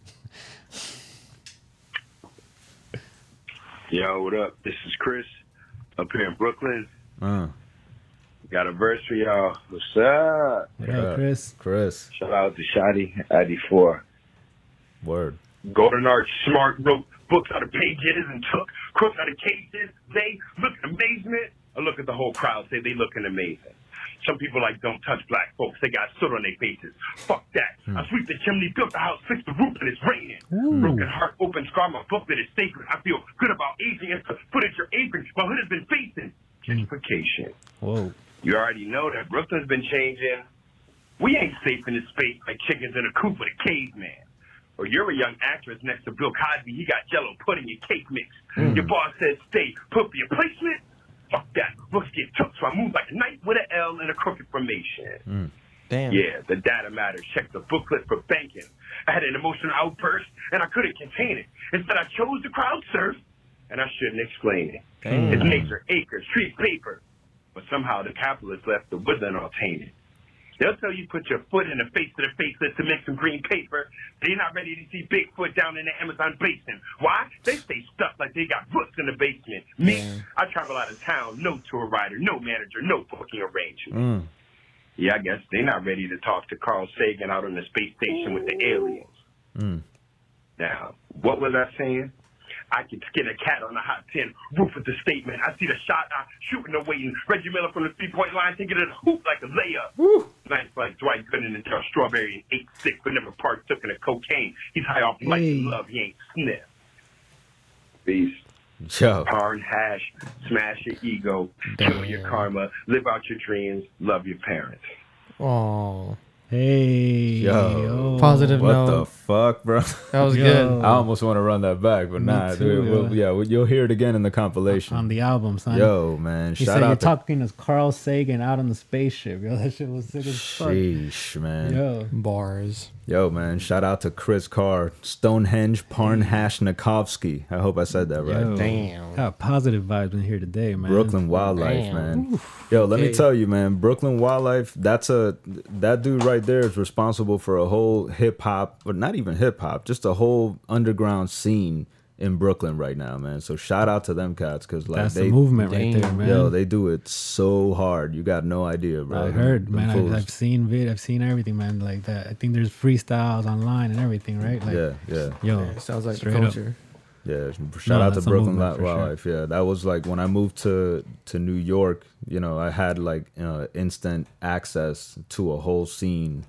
S6: Yo, what up? This is Chris up here in Brooklyn.
S3: Uh,
S6: Got a verse for y'all. What's up?
S2: What
S3: Yeah.
S2: up, Chris?
S3: Chris,
S6: Shout out to Shotty, ID4.
S3: word.
S6: Gordon Arch Smart wrote books out of pages and took crooks out of cases. They look in amazement. I look at the whole crowd, say they looking amazing. Some people like don't touch black folks. They got soot on their faces. Fuck that. I sweep the chimney, built the house, fix the roof, and it's raining. Broken heart, open scar, my book that is sacred. I feel good about aging. It's the footage your apron. My hood has been facing. Gentrification.
S2: Whoa.
S6: You already know that Brooklyn's been changing. We ain't safe in this space like chickens in a coop with a caveman. Or you're a young actress next to Bill Cosby. He got jello pudding and cake mix. Your boss says stay put for your placement. Fuck that. Looks get took, so I move like a knight with an L in a crooked formation.
S5: Damn.
S6: Yeah, the data matters. Check the booklet for banking. I had an emotional outburst and I couldn't contain it. Instead, I chose to crowd surf, and I shouldn't explain it. It's nature, acres, trees, paper. But somehow the capitalists left the woodland all tainted. They'll tell you put your foot in the face of the faceless to make some green paper. They're not ready to see Bigfoot down in the Amazon basin. Why? They stay stuck like they got books in the basement. Me, I travel out of town, no tour rider, no manager, no booking arrangement.
S3: Mm.
S6: Yeah, I guess they're not ready to talk to Carl Sagan out on the space station with the aliens. Now, what was I saying? I can skin a cat on a hot tin roof with the statement. I see the shot, I shooting and waiting. Reggie Miller from the three point line taking it a hoop like a layup. Nice like Dwight couldn't until strawberry and eight six, but never partook in the cocaine. He's high off life and love. He ain't sniff. Peace.
S3: Yo,
S6: Parn hash, smash your ego, kill your karma, live out your dreams, love your parents.
S4: Oh,
S2: Hey.
S3: Yo.
S4: positive
S3: what
S4: note.
S3: the fuck, bro?
S4: that was
S2: Yo.
S4: good.
S3: I almost want to run that back, but nah,
S2: too,
S3: dude.
S2: yeah.
S3: We'll, yeah, we- you'll hear it again in the compilation.
S2: On the album, son.
S3: Yo, man,
S2: He
S3: shout
S2: said you're
S3: out to
S2: talking as Carl Sagan out on the spaceship. Yo, that shit was sick as fuck.
S3: Sheesh, man. Yo.
S2: Yo.
S4: Bars.
S3: man, shout out to Chris Carr, Stonehenge Parnhash Nikovsky. I hope I said that right.
S2: Yo.
S4: Damn.
S2: Got positive vibes in here today, man.
S3: Brooklyn Wildlife,
S4: Damn.
S3: man. Yo, let me tell you, man. Brooklyn Wildlife. That's a that dude right there is responsible for a whole hip hop, but not even hip hop, just a whole underground scene in Brooklyn right now, man. So shout out to them cats because like
S2: That's
S3: they
S2: the movement right
S5: Damn.
S2: there, man.
S3: yo they do it so hard. You got no idea, bro.
S2: I
S3: Them-
S2: heard,
S3: them
S2: man.
S3: fools.
S2: I've, I've seen vid. I've seen everything, man. Like that. I think there's freestyles online and everything, right? Like,
S3: yeah, yeah.
S2: Yo,
S5: Sounds like the
S2: Straight up.
S5: culture.
S3: Yeah, sh-
S2: No,
S3: shout out to
S2: that's a
S3: Brooklyn
S2: movement
S3: Lot
S2: for sure.
S3: Wildlife. Yeah, that was like when I moved to to New York. You know, I had like uh, instant access to a whole scene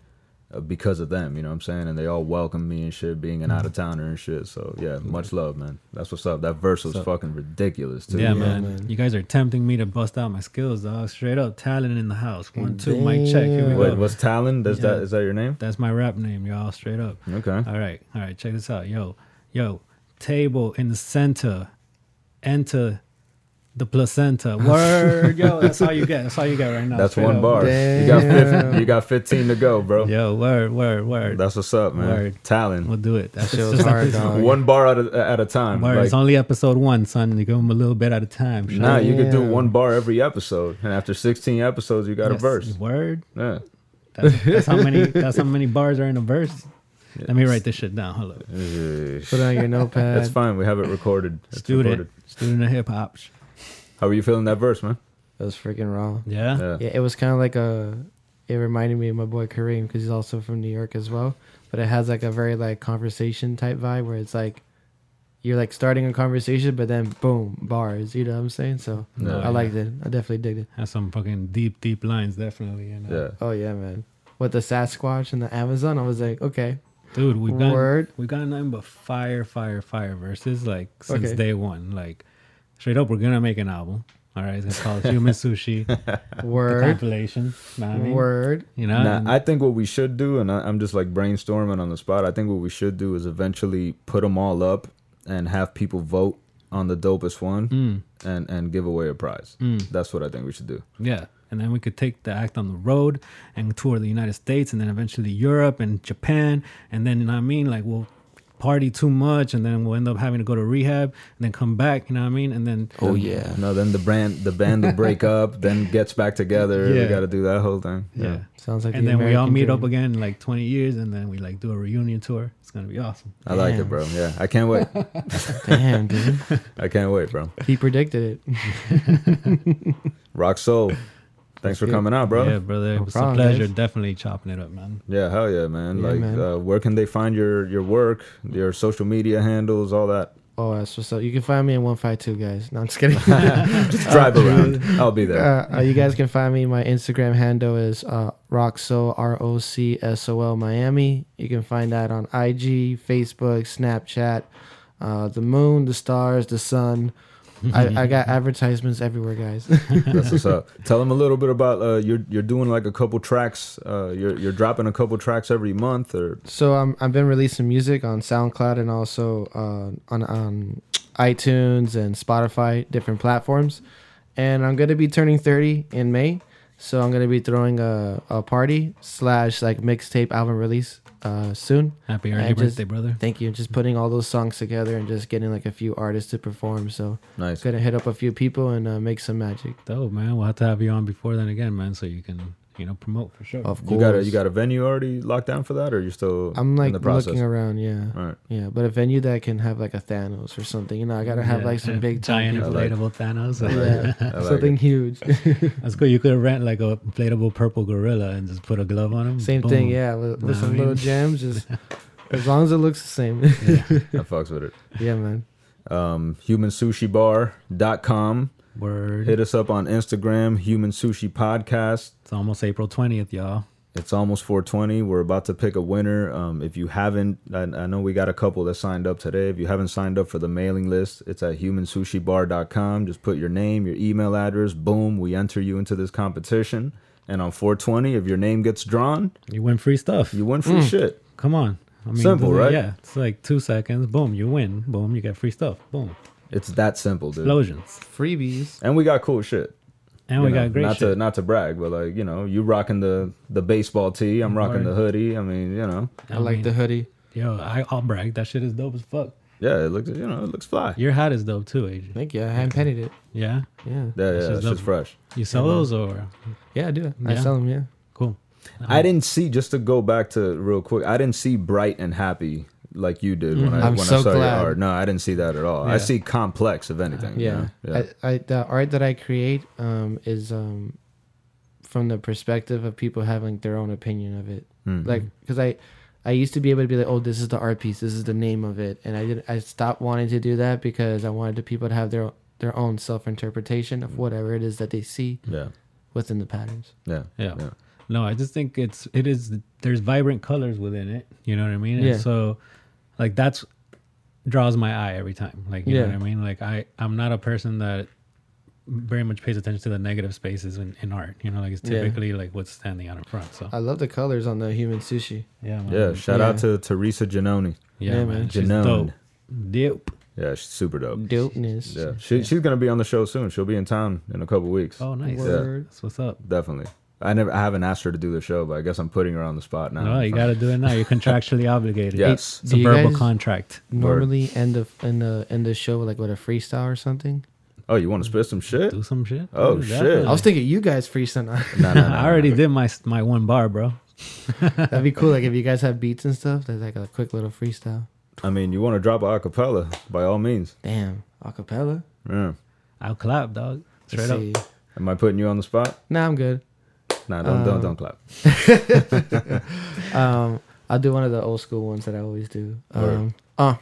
S3: uh, because of them. You know what I'm saying? And they all welcomed me and shit, being
S2: Mm-hmm.
S3: an out of towner and shit. So yeah, much love, man. That's what's up. That verse was fucking ridiculous too.
S2: Yeah, man. You guys are tempting me to bust out my skills, dog. Straight up talent in the house. One, two, mic check. Here we go.
S3: Wait, what's Talon? That's that? Is that your name?
S2: That's my rap name, y'all. Straight up.
S3: Okay.
S2: All right. All right. Check this out. Yo, yo, table in the center. Enter the placenta. Word. yo, that's all you get. That's all you get right now.
S3: That's
S2: Straight
S3: one
S2: up.
S3: bar. You got 15, you got 15 to go, bro.
S2: Yo, word, word, word.
S3: That's what's up, man.
S2: Word.
S3: Talon.
S2: we'll do it. That's
S4: Shit was
S2: just
S4: hard,
S2: like this.
S4: dog.
S3: One bar at a, at a time.
S2: Word.
S3: Like,
S2: it's only episode one, son. You give them a little bit at a time. son.
S3: nah, you could do
S4: Yeah.
S3: one bar every episode, and after 16 episodes, you got a
S2: Yes.
S3: verse.
S2: Word.
S3: Yeah.
S2: That's, that's how many. That's how many bars are in a verse. Let me write this shit down. Hello,
S4: Put it on your notepad.
S3: That's fine. We have it recorded. It's
S2: student,
S3: recorded.
S2: student of hip hop.
S3: How are you feeling that verse, man?
S4: It was freaking raw.
S2: Yeah.
S3: Yeah.
S4: Yeah, it was kind of like a. It reminded me of my boy Kareem because he's also from New York as well. But it has like a very like conversation type vibe where it's like, you're like starting a conversation, but then boom bars. You know what I'm saying? So
S2: No,
S4: I
S2: yeah.
S4: liked it. I definitely digged it.
S2: Has some fucking deep, deep lines, definitely. You know?
S3: Yeah.
S4: Oh yeah, man. With the Sasquatch and the Amazon, I was like, okay,
S2: Dude, we've got
S4: Word.
S2: we've got nothing but fire, fire, fire verses like since
S4: Okay.
S2: day one. Like straight up, we're gonna make an album. All right, it's gonna call it Human Sushi the
S4: word,
S2: compilation. Know what I mean?
S4: word.
S2: You know,
S3: Nah,
S2: and-
S3: I think what we should do, and I, I'm just like brainstorming on the spot. I think what we should do is eventually put them all up and have people vote on the dopest one and and give away a prize. That's what I think we should do.
S2: yeah. And then we could take the act on the road and tour the United States, and then eventually Europe and Japan, and then you know what I mean, like we'll party too much, and then we'll end up having to go to rehab, and then come back. You know what I mean? And then
S4: Oh yeah.
S3: No, then the brand the band will break up, then gets back together.
S2: Yeah.
S3: We got to do that whole thing.
S2: yeah.
S4: Sounds like.
S2: and
S4: the
S2: then we all
S4: American
S2: meet
S4: dream.
S2: up again in like 20 years and then we like do a reunion tour it's gonna be awesome
S3: I like it,
S4: Damn.
S3: bro. Yeah, I can't wait.
S4: Damn, dude.
S3: I can't wait, bro.
S4: he predicted it.
S3: Rock Soul. Thanks for coming out, bro.
S2: yeah
S3: Yeah,
S2: brother it was a
S4: problem,
S2: pleasure
S4: guys.
S2: definitely chopping it up man
S3: hell yeah, man.
S4: Yeah,
S3: like,
S4: man.
S3: Uh, where can they find your your work, your social media handles, all that?
S4: Oh, that's what's up. You can find me in one five two, guys. No, I'm just kidding.
S3: Just drive around. I'll be there.
S4: uh, uh, you guys can find me. My Instagram handle is uh, Roxo R O C S O L Miami. You can find that on IG, Facebook, Snapchat, uh, the moon, the stars, the sun. I, I got advertisements everywhere, guys.
S3: That's what's up. Tell them a little bit about uh, you're you're doing like a couple tracks. Uh, you're you're dropping a couple tracks every month, or
S4: so um, I've been releasing music on SoundCloud and also uh, on on iTunes and Spotify, different platforms. And I'm gonna be turning 30 in May, so I'm gonna be throwing a, a party slash like mixtape album release uh, soon.
S2: happy
S4: And
S2: early
S4: just-
S2: birthday brother
S4: Thank you. Just putting all those songs together and just getting like a few artists to perform. So
S3: Nice.
S4: gonna hit up a few people and uh, make some magic.
S2: dope man we'll have to have you on before then again man so you can you know promote for sure
S4: Of course,
S3: you got a you got a venue already locked down for that, or you're still
S4: I'm like
S3: in the process.
S4: looking around. Yeah.
S3: All right.
S4: Yeah, but a venue that can have like a Thanos or something, you know, I gotta have
S2: Yeah,
S4: like some
S2: yeah,
S4: big time
S2: giant
S4: people.
S3: like-
S2: inflatable Thanos.
S4: Yeah,
S3: I like
S4: something
S3: it.
S4: huge.
S2: That's cool. You could rent like a inflatable purple gorilla and just put a glove on him.
S4: same
S2: Boom.
S4: thing, yeah, with,
S2: Nah,
S4: with
S2: I
S4: some
S2: mean-
S4: little gems. Just as long as it looks the same.
S3: I fucks with it.
S4: yeah, man.
S3: Um, humansushibar.com.
S2: Word.
S3: Hit us up on Instagram, Human Sushi Podcast.
S2: It's almost April 20th, y'all.
S3: It's almost 420. We're about to pick a winner. Um, if you haven't, I, I know we got a couple that signed up today. If you haven't signed up for the mailing list, it's at humansushibar.com. Just put your name, your email address, boom, we enter you into this competition. And on 420, if your name gets drawn,
S2: You win free stuff.
S3: you win
S2: Hmm.
S3: free shit.
S2: Come on. I mean,
S3: Simple,
S2: doesn't-
S3: right?
S2: Yeah. It's like two seconds. Boom. You win. Boom. You get free stuff. Boom.
S3: It's that simple, dude.
S2: Explosions.
S4: Freebies.
S3: And we got cool shit.
S2: And we
S3: you know,
S2: got great
S3: not
S2: shit.
S3: to not to brag, but like you know, you rocking the the baseball tee. I'm rocking the hoodie. I mean, you know,
S4: I, like
S2: mean,
S4: the hoodie.
S2: Yo, I, I'll brag. That shit is dope as fuck.
S3: yeah, it looks you know it looks fly. Yeah,
S2: Your hat is dope too, AJ.
S4: Thank you. I hand painted it.
S2: Yeah.
S4: Yeah,
S3: yeah,
S2: This is
S3: it's
S2: lovely.
S3: just fresh.
S2: You sell those or
S4: yeah, I do. I
S2: Yeah.
S4: sell them. Yeah.
S2: cool.
S3: I didn't see just to go back to real quick. I didn't see bright and happy like you did when I
S4: I'm
S3: when I
S4: so
S3: saw
S4: glad.
S3: your art. No, I didn't see that at all. I
S2: Yeah.
S3: see complex if anything. you
S4: yeah,
S3: know? yeah.
S4: I, I the art that i create um is um from the perspective of people having their own opinion of it like because i i used to be able to be like oh this is the art piece this is the name of it and i didn't i stopped wanting to do that because i wanted the people to have their their own self-interpretation of whatever it is that they see
S3: yeah,
S2: Um,
S4: within the patterns
S3: yeah,
S2: Yeah. No, I just think it's it is there's vibrant colors within it. You know what I mean?
S4: Yeah.
S2: And so like that's draws my eye every time. Like you know
S4: Yeah.
S2: what I mean? Like I I'm not a person that very much pays attention to the negative spaces in, in art. You know, like it's
S4: Yeah. Uh,
S2: typically like what's standing out in front. So
S4: I love the colors on the human sushi.
S2: yeah, man.
S3: Yeah, shout out
S4: Yeah.
S3: to Teresa Giannone.
S2: yeah,
S4: Yeah,
S2: man.
S4: man.
S2: She's
S3: Janone.
S2: dope. Dope.
S3: Yeah, she's super dope.
S4: Dopeness.
S3: Yeah, she, she's gonna be on the show soon. She'll be in town in a couple weeks.
S2: Oh, nice.
S4: Word.
S2: That's what's up.
S3: Definitely. I never, I haven't asked her to do the show, but I guess I'm putting her on the spot now.
S2: No, you got to do it now. You're contractually obligated.
S3: Yes.
S2: It's
S4: Do
S2: a
S4: you
S2: verbal
S4: guys-
S2: contract.
S4: Normally end the end the end the show with, like with a freestyle or something.
S3: Oh, you want to spit some shit?
S2: Do some shit.
S3: Oh,
S2: Ooh,
S3: shit.
S2: definitely.
S4: I was thinking you guys freestyle.
S3: No, no, no.
S2: I already did my my one bar, bro.
S4: That'd be cool. Like if you guys have beats and stuff, that's like a quick little freestyle.
S3: I mean, you want to drop a acapella by all means.
S4: Damn, acapella.
S3: Yeah.
S2: I'll clap, dog. Straight
S4: Let's
S2: up.
S4: see.
S3: Am I putting you on the spot?
S4: Nah, I'm good.
S3: Nah, don't, don't, don't clap.
S4: Um, I'll do one of the old school ones that I always do. Um, uh,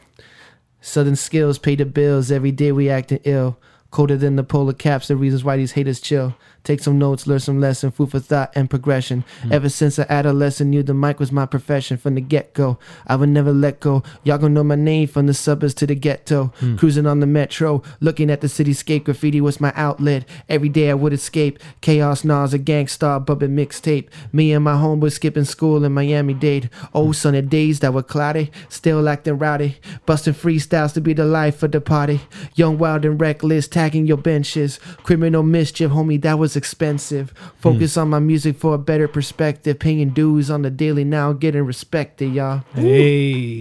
S4: Southern skills pay the bills. Every day we acting ill. Colder than the polar caps, the reasons why these haters chill. Take some notes, learn some lesson, food for thought and progression. Ever since I adolescent, knew the mic was my profession. From the get go, I would never let go. Y'all gonna know my name from the suburbs to the ghetto. Cruising on the metro, looking at the cityscape. Graffiti was my outlet. Every day I would escape. Chaos, Nas, a gangstar, bumping mixtape. Me and my homeboys skipping school in Miami Dade. Oh, sunny days that were cloudy, still acting rowdy. Busting freestyles to be the life of the party. Young, wild, and reckless, tagging your benches. Criminal mischief, homie, that was expensive.
S3: Hmm.
S4: Focus on my music for a better perspective. Paying dues on the daily now, getting respected, y'all.
S2: Hey,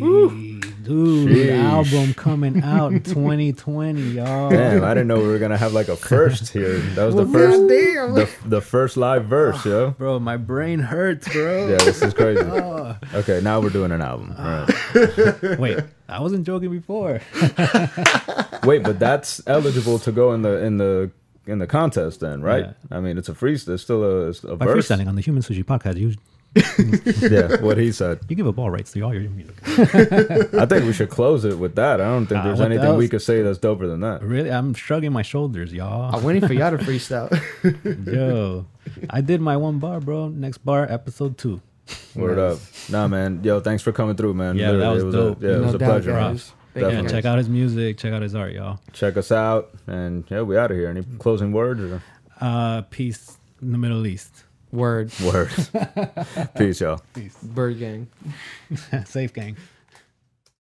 S2: dude,
S3: Sheesh.
S2: album coming out in 2020, y'all.
S3: Damn, I didn't know we were gonna have like a first here. That was the first, the, the first live verse, yo.
S2: Bro, my brain hurts, bro.
S3: Yeah, this is crazy. Okay, now we're doing an album. All right.
S2: Wait, I wasn't joking before.
S3: Wait, but that's eligible to go in the in the in the contest then, right? I mean, it's a freestyle. It's still a, it's a
S2: By
S3: verse.
S2: freestyling on the Human Sushi podcast, you
S3: Yeah, what he said.
S2: you give up all rights to all your music.
S3: I think we should close it with that. I don't think
S2: Ah,
S3: there's
S2: what
S3: anything we
S2: else?
S3: could say that's doper than that.
S2: Really, I'm shrugging my shoulders, y'all.
S4: I'm waiting for y'all to freestyle.
S2: Yo, I did my one bar, bro. Next bar, episode two.
S3: Word up. Nah, man. Yo, thanks for coming through, man.
S2: Yeah, that
S3: Literally,
S2: was
S3: it was
S2: dope.
S3: A, yeah, it was
S4: No
S3: a
S4: doubt,
S3: pleasure.
S4: guys. Thank you,
S2: Yeah,
S3: Definitely.
S2: check out his music, check out his art, y'all.
S3: Check us out, and yeah, we out of here. Any closing words? Or?
S2: Uh, peace in the Middle East.
S4: Word.
S3: Word. Peace, y'all.
S4: Bird gang.
S2: Safe gang.